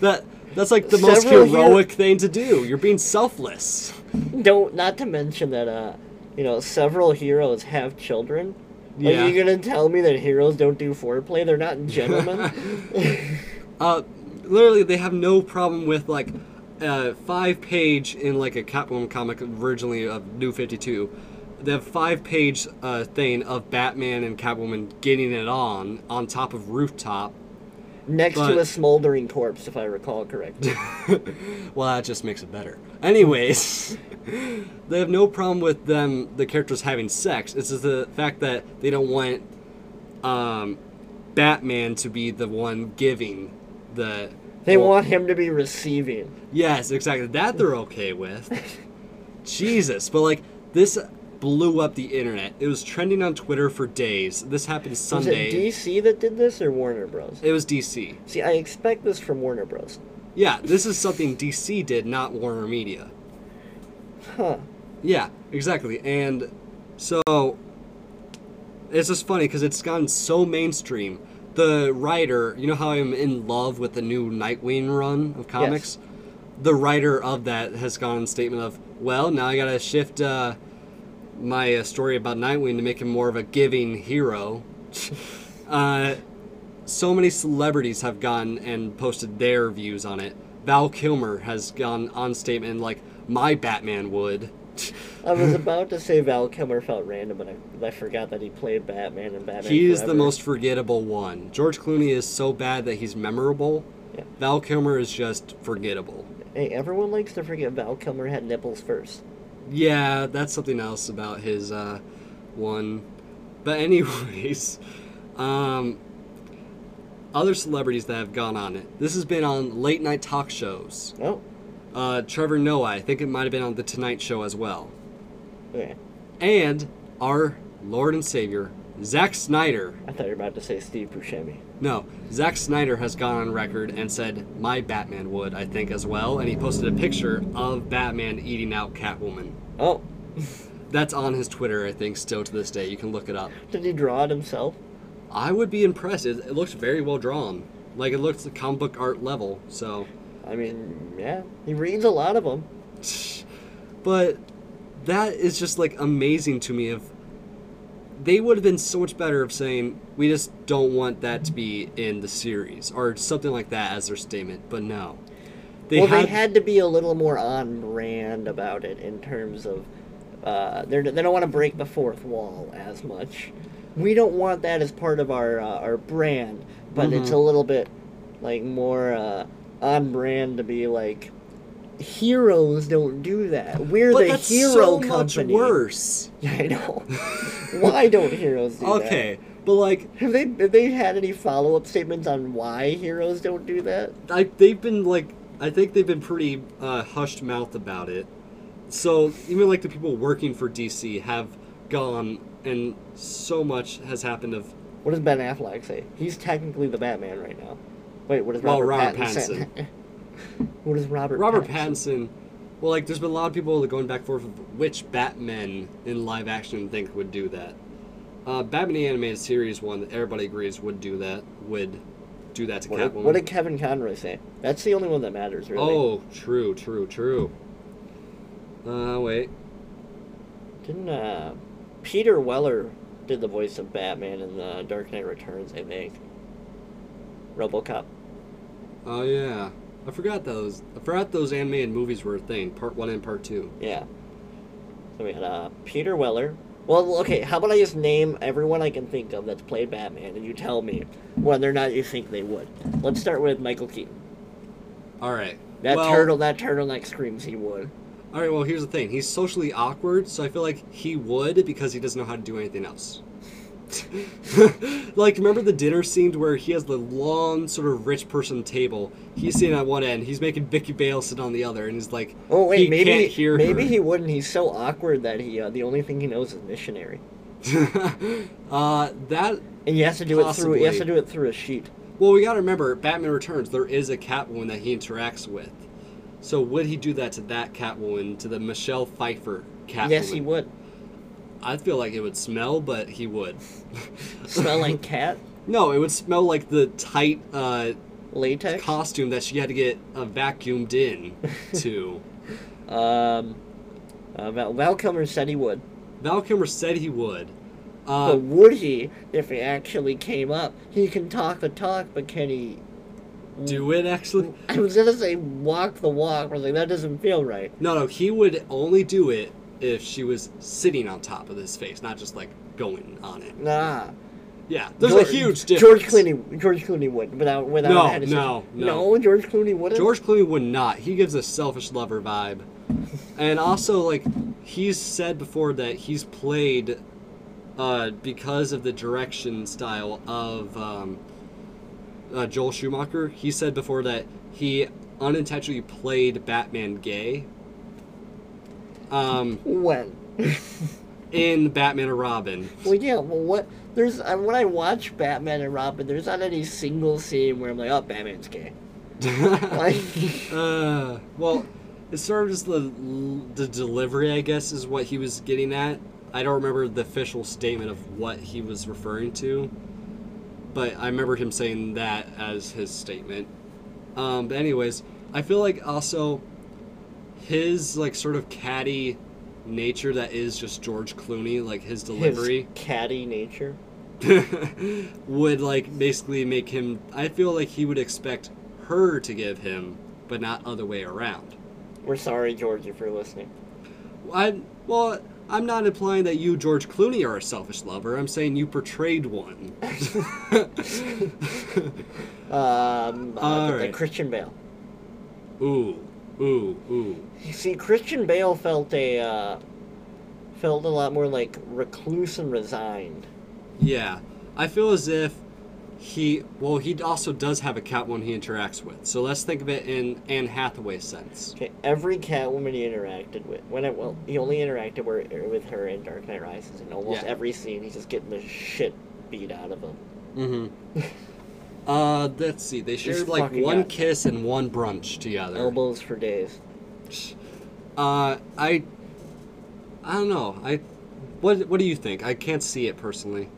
That that's like the most Several hero- heroic thing to do. You're being selfless. Don't not to mention that uh, you know, several heroes have children. Like, Yeah. Are you gonna tell me that heroes don't do foreplay? They're not gentlemen. Uh, literally, they have no problem with like uh, five page in like a Catwoman comic originally of New Fifty Two. They have five page uh, thing of Batman and Catwoman getting it on on top of rooftop. Next But- to a smoldering corpse, if I recall correctly. Well, that just makes it better. Anyways, they have no problem with them the characters having sex. It's just the fact that they don't want um, Batman to be the one giving the. They well, want him to be receiving. Yes, exactly. That they're okay with. Jesus, but like this blew up the internet. It was trending on Twitter for days. This happened Was Sunday. it DC that did this or Warner Bros? it was DC. See, I expect this from Warner Bros. Yeah, this is something DC did, not Warner Media. Huh. Yeah, exactly. And so it's just funny because it's gone so mainstream. The writer, you know how I'm in love with the new Nightwing run of comics? The writer of that has gone in statement of, well, now I gotta shift uh, my uh, story about Nightwing to make him more of a giving hero. uh, so many celebrities have gone and posted their views on it. Val Kilmer has gone on statement like, my Batman would. I was about to say Val Kilmer felt random, but I, I forgot that he played Batman and Batman. He is the Forever. most forgettable one. George Clooney is so bad that he's memorable. Yeah. Val Kilmer is just forgettable. Hey, everyone likes to forget Val Kilmer had nipples first. Yeah, that's something else about his uh, one. But anyways, um, other celebrities that have gone on it. This has been on late night talk shows. Oh, Uh, Trevor Noah, I think it might have been on the Tonight Show as well. okay. And our Lord and Savior, Zack Snyder. I thought you were about to say Steve Buscemi. No, Zack Snyder has gone on record and said, My Batman would, I think, as well. And he posted a picture of Batman eating out Catwoman. Oh, That's on his Twitter, I think, still to this day. You can look it up. did he draw it himself? I would be impressed. It, it looks very well drawn. Like, it looks at comic book art level, so. I mean, yeah. He reads a lot of them. But that is just, like, amazing to me. Of They would have been so much better of saying, We just don't want that to be in the series, or something like that as their statement, but no. well, they had to be a little more on brand about it in terms of uh, they're- they don't want to break the fourth wall as much. We don't want that as part of our uh, our brand, but it's Mm-hmm. a little bit like more uh, on brand to be like heroes don't do that. We're But the that's hero so company. much worse. Yeah, I know. why don't heroes do that? Okay, but like Have they have they had any follow up statements on why heroes don't do that? I, they've been like I think they've been pretty uh, hushed mouth about it. So even like the people working for DC have gone, and so much has happened of What does Ben Affleck say? He's technically the Batman right now. Wait, what does Well, Robert, Robert Pattinson? what is Robert? Robert Pattinson. Well, like, there's been a lot of people that going back and forth of which Batman in live action think would do that. Uh, Batman the Animated Series one that everybody agrees would do that would do that to What did, Catwoman. what did Kevin Conroy say? That's the only one that matters, really. Oh, true, true, true. Uh, wait. Didn't uh, Peter Weller did the voice of Batman in the Dark Knight Returns? I think. RoboCop. Oh yeah, I forgot those. I forgot those animated movies were a thing. Part one and part two. Yeah. So we had uh, Peter Weller. Well, okay. How about I just name everyone I can think of that's played Batman, and you tell me whether or not you think they would. Let's start with Michael Keaton. All right. That well, turtle. That turtleneck screams he would. All right. Well, here's the thing. He's socially awkward, so I feel like he would because he doesn't know how to do anything else. like remember the dinner scene where he has the long sort of rich person table. He's sitting on one end. He's making Vicky Bale sit on the other, and he's like, Oh wait, he maybe can't hear maybe her. he wouldn't. He's so awkward that he uh, the only thing he knows is missionary, uh, that and he has to do it through. He has to Possibly. do it through a sheet. Well, we gotta remember, Batman Returns. There is a Catwoman that he interacts with. So would he do that to that Catwoman, to the Michelle Pfeiffer Catwoman? Yes, he would. I feel like it would smell, but he would. Smell like cat no, it would smell like the tight uh, latex. costume that she had to get uh, vacuumed in to. Um, uh, Val, Val Kilmer said he would. Val Kilmer said he would. But Uh, would he if he actually came up? He can talk the talk, but can he? do Mm. it actually? I was gonna say walk the walk. I was like, that doesn't feel right. No, no, he would only do it if she was sitting on top of his face, not just like going on it. Nah. Yeah, there's George, a huge difference. George Clooney. George Clooney would without without. No, having to- no, no. No, George Clooney wouldn't. George Clooney would not. He gives a selfish lover vibe. And also, like, he's said before that he's played uh, because of the direction style of um, uh, Joel Schumacher. He said before that he unintentionally played Batman gay um, When? in Batman and Robin. Well, yeah. Well, what? There's uh, when I watch Batman and Robin, there's not any single scene where I'm like, oh, Batman's gay. Like, Uh, well, it's sort of just the the delivery, I guess, is what he was getting at. I don't remember the official statement of what he was referring to, but I remember him saying that as his statement. Um, but anyways, I feel like also his like sort of catty nature that is just George Clooney, like his delivery his catty nature. would like basically make him I feel like he would expect her to give him, but not other way around. We're sorry, George, if you're listening. I well, I'm not implying that you, George Clooney, are a selfish lover. I'm saying you portrayed one. Um, uh, All the- the right. Christian Bale. ooh, ooh, ooh. You see, Christian Bale felt a uh, felt a lot more like recluse and resigned. Yeah, I feel as if he well, he also does have a Catwoman he interacts with. So let's think of it in Anne Hathaway sense. Okay, every Catwoman he interacted with, when it well, he only interacted where, with her in Dark Knight Rises, and almost Yeah. every scene he's just getting the shit beat out of him. Mm-hmm. Uh, let's see. They shared like fucking one guy. kiss and one brunch together. Elbows for days. Uh, I, I don't know. I, what what do you think? I can't see it personally.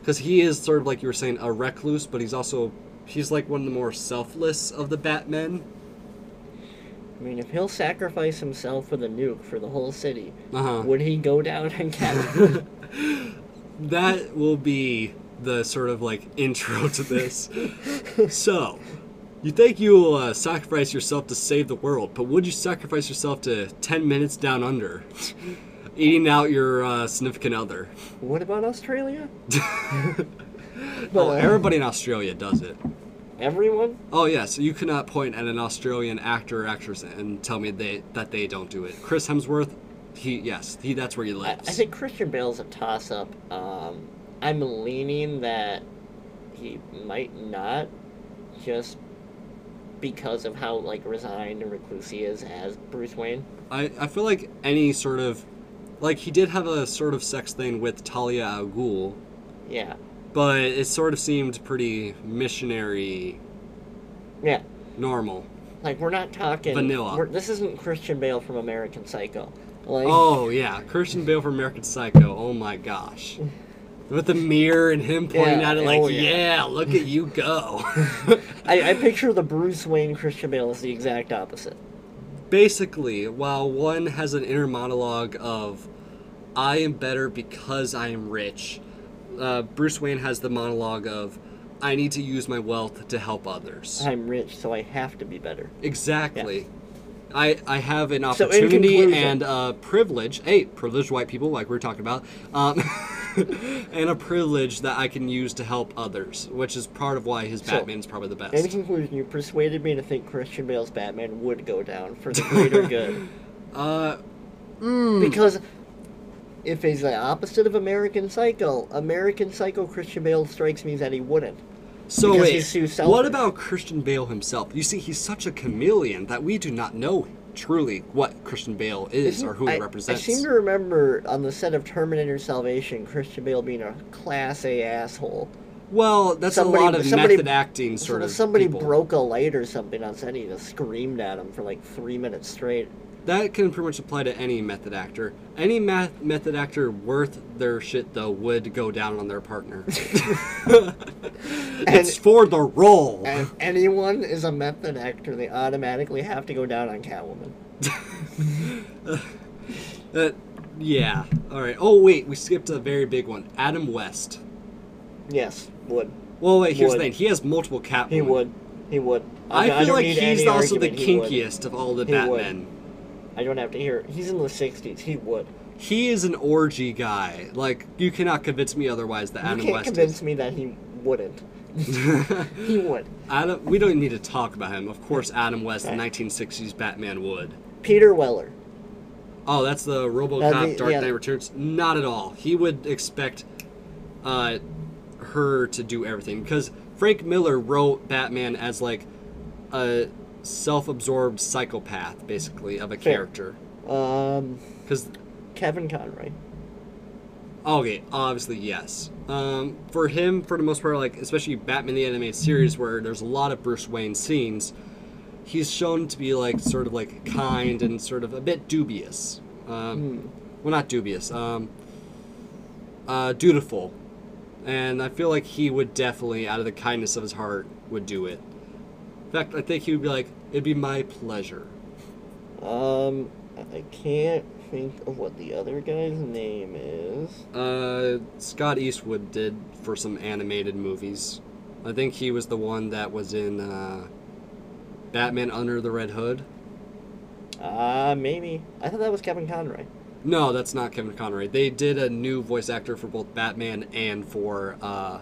Because he is sort of like you were saying a recluse, but he's also he's like one of the more selfless of the Batmen. I mean, if he'll sacrifice himself with a nuke for the whole city, Uh huh. would he go down on Catwoman? That will be the sort of like intro to this. so, you think you'll uh, sacrifice yourself to save the world, but would you sacrifice yourself to ten minutes down under, eating out your uh, significant other? what about Australia? Well, everybody in Australia does it. Everyone? Oh yeah, so you cannot point at an Australian actor or actress and tell me they that they don't do it. Chris Hemsworth, he yes, he that's where he I, I lives. think Christian Bale's a toss up. Um, I'm leaning that he might not, just because of how like resigned and recluse he is as Bruce Wayne. I, I feel like any sort of like he did have a sort of sex thing with Talia al Ghul, Yeah. but it sort of seemed pretty missionary Yeah. normal. Like we're not talking Vanilla. We're, this isn't Christian Bale from American Psycho. Like Oh yeah, Christian Bale from American Psycho. Oh my gosh. With the mirror and him pointing Yeah, at it like, oh, yeah. yeah. look at you go. I, I picture the Bruce Wayne Christian Bale as the exact opposite. Basically, while one has an inner monologue of, I am better because I am rich, uh, Bruce Wayne has the monologue of, I need to use my wealth to help others. I'm rich, so I have to be better. Exactly. I, I have an So, in opportunity conclusion- and a privilege. Hey, privileged white people, like we were talking about, um, and a privilege that I can use to help others, which is part of why his So, Batman's probably the In best. conclusion, you persuaded me to think Christian Bale's Batman would go down for the greater good. Uh, Because if he's the opposite of American Psycho, American Psycho Christian Bale strikes me that he wouldn't. so Because wait, he's too selfish. what about Christian Bale himself? You see, he's such a chameleon that we do not know truly what Christian Bale is Isn't- or who I- he represents. I seem to remember on the set of Terminator Salvation, Christian Bale being a class A asshole. well, that's somebody- a lot of somebody- method acting sort So of. somebody people. broke a light or something on set and he just screamed at him for like three minutes straight. That can pretty much apply to any method actor. Any math method actor worth their shit though would go down on their partner. it's for the role. And if anyone is a method actor, they automatically have to go down on Catwoman. Uh, yeah. All right. Oh wait, we skipped a very big one. Adam West. Yes, would. Well, wait. Here's Would. the thing. He has multiple Catwoman. He would. He would. Hmm. I, don't- feel don't like need he's any also the argument, he would. kinkiest of all the He would. Batmen. I don't have to hear it. He's in the 60s. He would. He is an orgy guy. Like you cannot convince me otherwise that Adam you can't West convince me that he wouldn't. he would. Adam, we don't need to talk about him. Of course, Adam West, the 1960s Batman would. Peter Weller. Oh, that's the Uh, RoboCop the- Dark yeah. Knight Returns. Not at all. He would expect uh, her to do everything because Frank Miller wrote Batman as like a self-absorbed psychopath, basically, of a Fair. character. Um, Because Kevin Conroy. Okay, obviously yes. Um, for him, for the most part, like especially Batman the animated series, where there's a lot of Bruce Wayne scenes, he's shown to be like sort of like kind and sort of a bit dubious. Um, Well, not dubious. Um, uh, dutiful, and I feel like he would definitely, out of the kindness of his heart, would do it. In fact, I think he would be like, "It'd be my pleasure." Um, I I can't think of what the other guy's name is. Uh, Scott Eastwood did for some animated movies. I think he was the one that was in uh, Batman Under the Red Hood. Uh, maybe. I thought that was Kevin Conroy. No, that's not Kevin Conroy. They did a new voice actor for both Batman and for uh,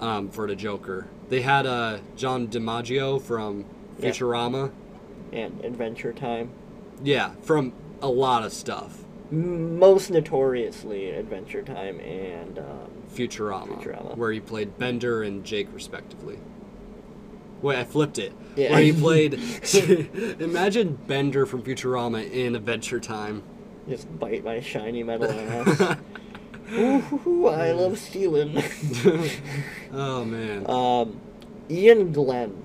um, for the Joker. They had uh, John DiMaggio from Yeah. Futurama. And Adventure Time. Yeah, from a lot of stuff. Most notoriously, Adventure Time and, um, Futurama, Futurama. where he played Bender and Jake respectively. Wait, I flipped it. Yeah. Where he played. imagine Bender from Futurama in Adventure Time. just bite my shiny metal ass. Ooh, hoo, hoo, I love stealing. oh man. um, Ian Glenn.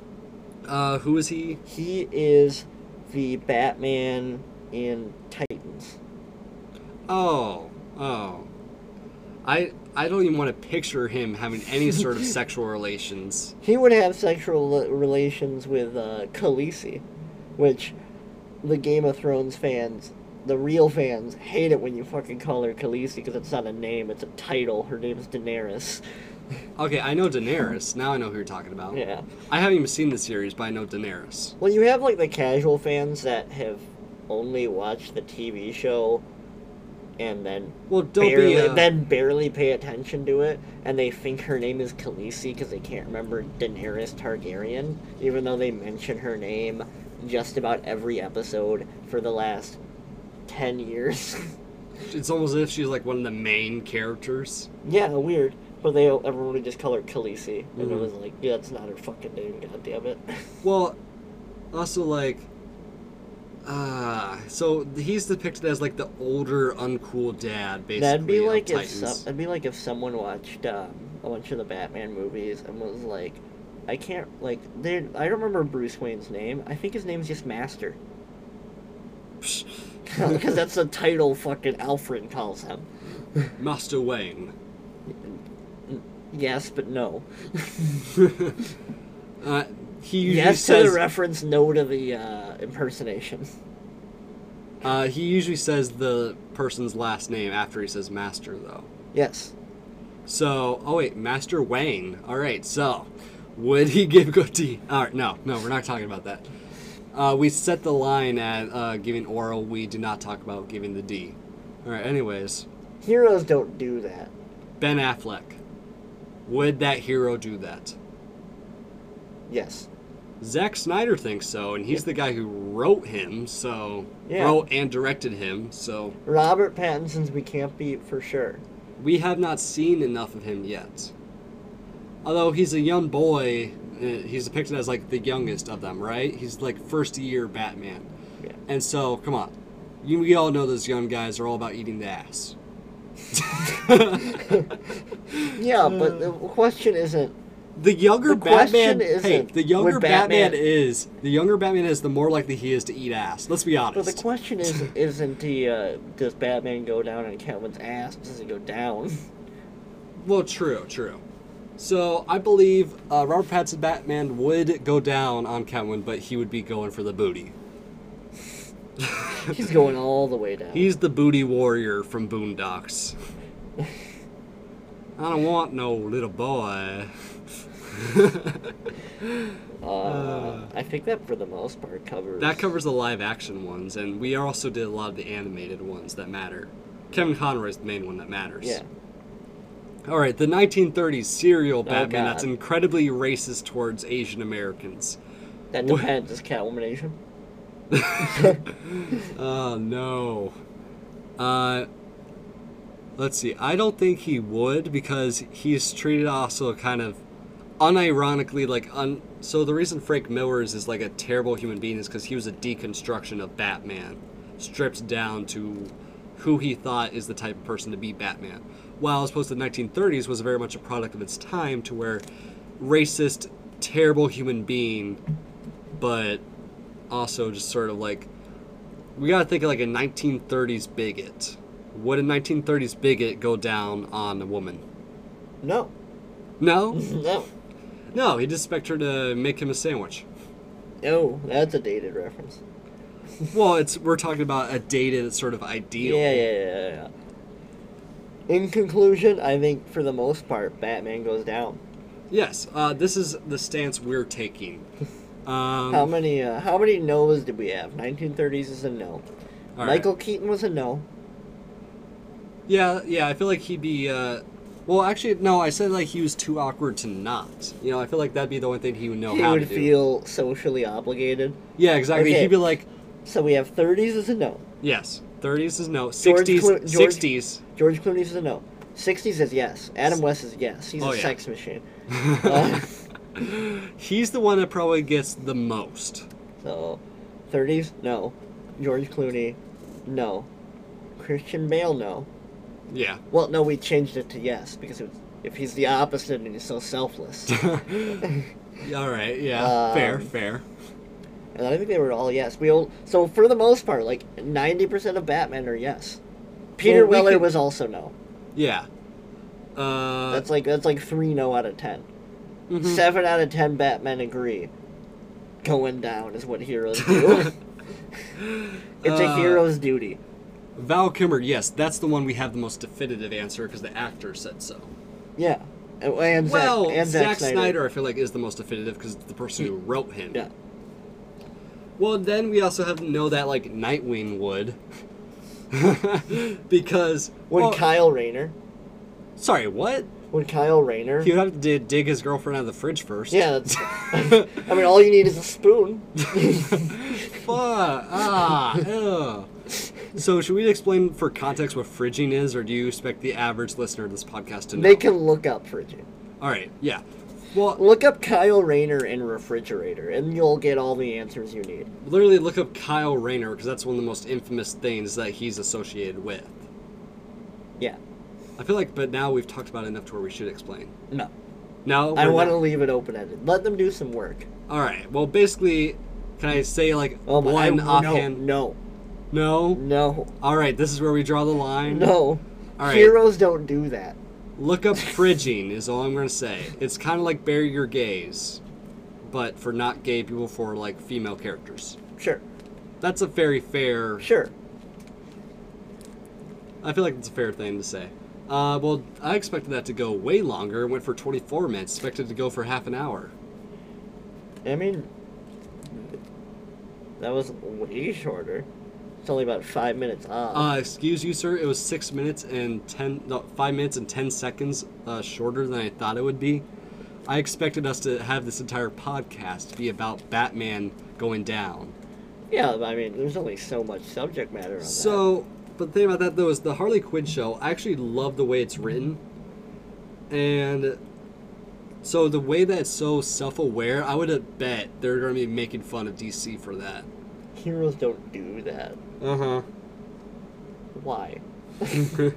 Uh, who is he? He is the Batman in Titans. Oh, oh. I I don't even want to picture him having any sort of sexual relations. He would have sexual le- relations with uh, Khaleesi, which the Game of Thrones fans, the real fans, hate it when you fucking call her Khaleesi because it's not a name, it's a title. Her name is Daenerys. Okay, I know Daenerys. Now I know who you're talking about. Yeah. I haven't even seen the series, but I know Daenerys. Well, you have like the casual fans that have only watched the TV show and then Well, don't barely, be. uh, then barely pay attention to it, and they think her name is Khaleesi because they can't remember Daenerys Targaryen, even though they mention her name just about every episode for the last ten years. It's almost as if she's like one of the main characters. yeah, weird. But they everyone would just call her Khaleesi, and Mm. it was like, yeah, it's not her fucking name, god damn it. Well, also like Ah, so he's depicted as like the older, uncool dad, basically. That'd be of like if some, Titans. that'd be like if someone watched um, a bunch of the Batman movies and was like, I can't like they I don't remember Bruce Wayne's name. I think his name's just Master because that's the title fucking Alfred calls him. Master Wayne. Yes, but no. Uh, he usually Yes to says the reference, no to the uh, impersonation. uh, he usually says the person's last name after he says Master though. Yes. So, oh wait, Master Wayne. All right, so would he give Goatee? All right, no, no, we're not talking about that. Uh, we set the line at uh, giving oral. We do not talk about giving the D. All right, anyways, Heroes don't do that. Ben Affleck. Would that hero do that? Yes. Zack Snyder thinks so, and he's the guy who wrote him, so Yeah. wrote and directed him. So Robert Pattinson's We Can't Beat for sure. we have not seen enough of him yet. Although he's a young boy, uh, he's depicted as like the youngest of them, right? He's like first year Batman, Yeah. and so come on, you we all know those young guys are all about eating the ass. Yeah, Hmm. but the question isn't The younger The question Batman, hey, isn't the younger would Batman- Batman, is the younger Batman is the more likely he is to eat ass. Let's be honest. But the question is, isn't the uh, does Batman go down on Catwoman's ass? Does it go down? Well, true, true. So I believe uh, Robert Pattinson Batman would go down on Catwoman, but he would be going for the booty. He's going all the way down. He's the booty warrior from Boondocks. I don't want no little boy. uh, I think that for the most part covers. That covers the live action ones, and we also did a lot of the animated ones that matter. Kevin Conroy's the main one that matters. Yeah. All right, the 1930s serial Batman Oh, God. that's incredibly racist towards Asian Americans. That Wha- depends. Is Catwoman Asian? Oh no. Uh, let's see. I don't think he would because he's treated also kind of unironically like un. So the reason Frank Miller's is like a terrible human being is because he was a deconstruction of Batman, stripped down to who he thought is the type of person to be Batman. While as opposed to the 1930s was very much a product of its time to where racist, terrible human being, but also just sort of like we gotta think of like a 1930s bigot. Would a 1930s bigot go down on a woman? No. No, No. no. He'd expect her to make him a sandwich. No. Oh, That's a dated reference. Well, it's we're talking about a dated sort of ideal. Yeah, yeah, yeah, yeah, yeah. In conclusion, I think for the most part, Batman goes down. Yes, uh, this is the stance we're taking. Um, How many? Uh, how many no's did we have? 1930s is a no. all right. Michael Keaton was a no. Yeah, yeah. I feel like he'd be. Uh, well, actually, no. I said like he was too awkward to not. You know, I feel like that'd be the only thing he would know He how would to do. feel socially obligated. yeah, exactly. Okay. He'd be like, So we have 30s is a no. yes. 30s is no. 60s, Clo- George- 60s. George Clooney is a no. 60s is yes. Adam West is yes. He's Oh, a yeah. sex machine. Uh, He's the one that probably gets the most. so 30s, no. George Clooney, no. Christian Bale, no. Yeah. Well, no, we changed it to yes because it was, if he's the opposite and he's so selfless. All right. Yeah. Um, fair. Fair. and I think they were all yes. We all, so for the most part, like 90% of Batman are yes. Peter Well, we Weller could- was also no. Yeah. Uh, That's like that's like three no out of 10 Mm-hmm. Seven out of ten Batman agree. Going down is what heroes do. it's a Uh, hero's duty. Val Kimmer. Yes, that's the one we have the most definitive answer because the actor said so. Yeah, and, and well, Zack, and Zack Snyder. I feel like, is the most definitive because it's the person who wrote him. Yeah, Well, then we also have to know that like Nightwing would, because when well, Kyle Rayner, sorry, what? when Kyle Rayner, He would have to di- dig his girlfriend out of the fridge first. yeah. That's, I mean, all you need is a spoon. Fuck. Ah. ew. So, should we explain for context what fridging is, or do you expect the average listener to this podcast to know? They can look up for you. All right. Yeah. Well, Look up Kyle Rayner in refrigerator, and you'll get all the answers you need. literally look up Kyle Rayner because that's one of the most infamous things that he's associated with. Yeah. I feel like, but now we've talked about it enough to where we should explain. No. Now I we're want to not- leave it open ended. Let them do some work. All right. Well, basically, can I say like Oh one my I- offhand? No, No. no, All right. This is where we draw the line. no. All right. Heroes don't do that. Look up fridging is all I'm gonna say. It's kind of like bury your gays, but for not gay people, for like female characters. Sure, That's a very fair. sure. I feel like it's a fair thing to say. Uh, well, I expected that to go way longer. It went for 24 minutes. Expected it to go for half an hour. I mean, that was way shorter. It's only about five minutes off. Uh, excuse you, sir. It was six minutes and ten, no, five minutes and ten seconds uh, shorter than I thought it would be. I expected us to have this entire podcast be about Batman going down. yeah, but I mean, there's only so much subject matter on that. So, but the thing about that though is the Harley Quinn show. I actually love the way it's written, and so the way that it's so self-aware, I would bet they're gonna be making fun of DC for that. Heroes don't do that. Uh Why? huh.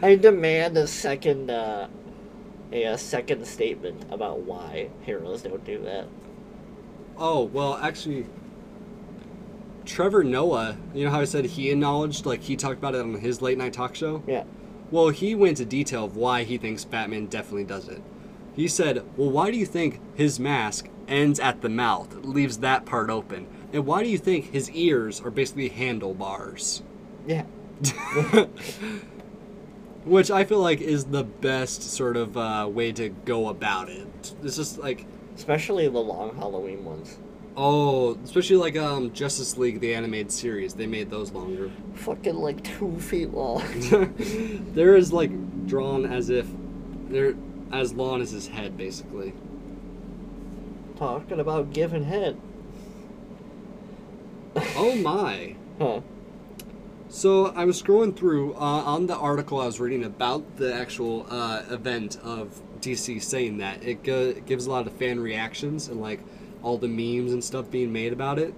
I demand a second, uh, a, uh second statement about why heroes don't do that. Oh, well, actually, Trevor Noah, you know how I said he acknowledged, like, he talked about it on his late night talk show? Yeah. Well, he went into detail of why he thinks Batman definitely does it. He said, Well, why do you think his mask ends at the mouth, leaves that part open? And why do you think his ears are basically handlebars? Yeah. Which I feel like is the best sort of uh, way to go about it. It's just like, Especially the long Halloween ones. Oh, especially like um Justice League the animated series. They made those longer. Fucking like two feet long. there is like drawn as if they're as long as his head basically. Talking about giving head. Oh my. Huh. So I was scrolling through uh, on the article I was reading about the actual uh, event of DC saying that it, go- it gives a lot of fan reactions and like all the memes and stuff being made about it.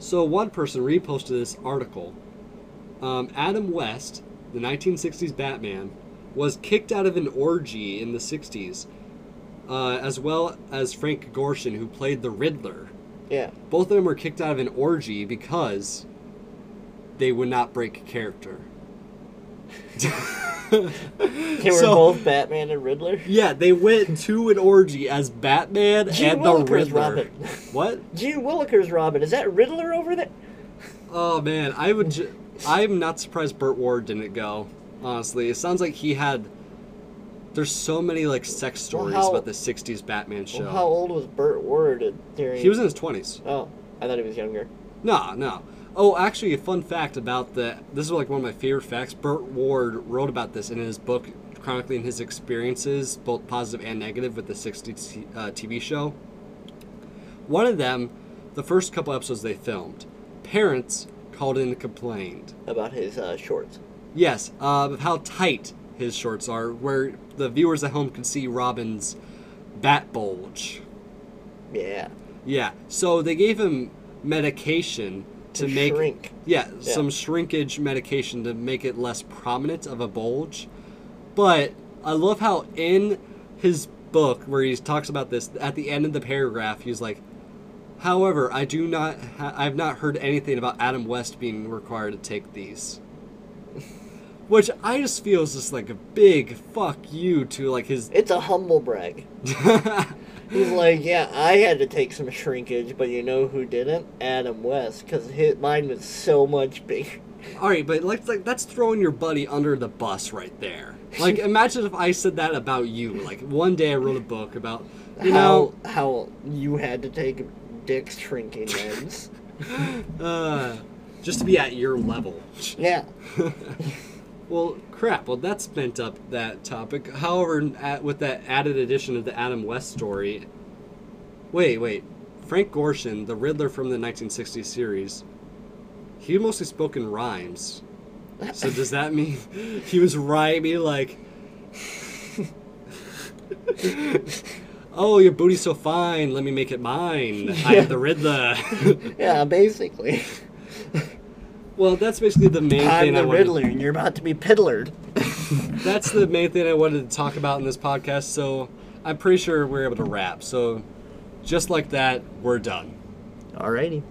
So one person reposted this article. Um, Adam West, the 1960s Batman, was kicked out of an orgy in the 60s, uh, as well as Frank Gorshin, who played the Riddler Yeah. both of them were kicked out of an orgy because they would not break character. They were So- both Batman and Riddler. Yeah, they went to an orgy as Batman Gee and the Willikers, Riddler. Robin. What? Gee Willikers Robin, is that Riddler over there? Oh man, I would. Ju- I'm not surprised Burt Ward didn't go. Honestly, it sounds like he had. There's so many like sex stories how- about the '60s Batman show. Well, how old was Burt Ward during? he was in his 20s. Oh, I thought he was younger. No, no. Oh, actually, a fun fact about the. This is like one of my favorite facts. Burt Ward wrote about this in his book, chronicling his experiences, both positive and negative, with the 60s t- uh, TV show. One of them, the first couple episodes they filmed, parents called in and complained. About his uh, shorts. Yes, uh, of how tight his shorts are, where the viewers at home could see Robin's bat bulge. Yeah. Yeah. So they gave him medication to, To make shrink. Yeah, Yeah. some shrinkage medication to make it less prominent of a bulge. But I love how in his book where he talks about this at the end of the paragraph he's like However, I do not ha- I've not heard anything about Adam West being required to take these. Which I just feel is just like a big fuck you to like his It's a humble brag. He's like, yeah, I had to take some shrinkage, but you know who didn't? Adam West, because mine was so much bigger. All right, but like, like that's throwing your buddy under the bus right there. Like, imagine if I said that about you. Like, one day I wrote a book about, you know, how, how you had to take Dick's shrinking ends. uh, just to be at your level. yeah. Well, crap. Well, that spent up that topic. However, at, with that added addition of the Adam West story, wait, wait, Frank Gorshin, the Riddler from the 1960s series, he mostly spoke in rhymes. So does that mean he was rhyming like? oh, your booty's so fine. Let me make it mine. I am the Riddler. yeah, basically. well, that's basically the main I'm thing I the wanted. Riddler, and you're about to be piddlered. That's the main thing I wanted to talk about in this podcast. So I'm pretty sure we're able to wrap. So just like that, we're done. Alrighty.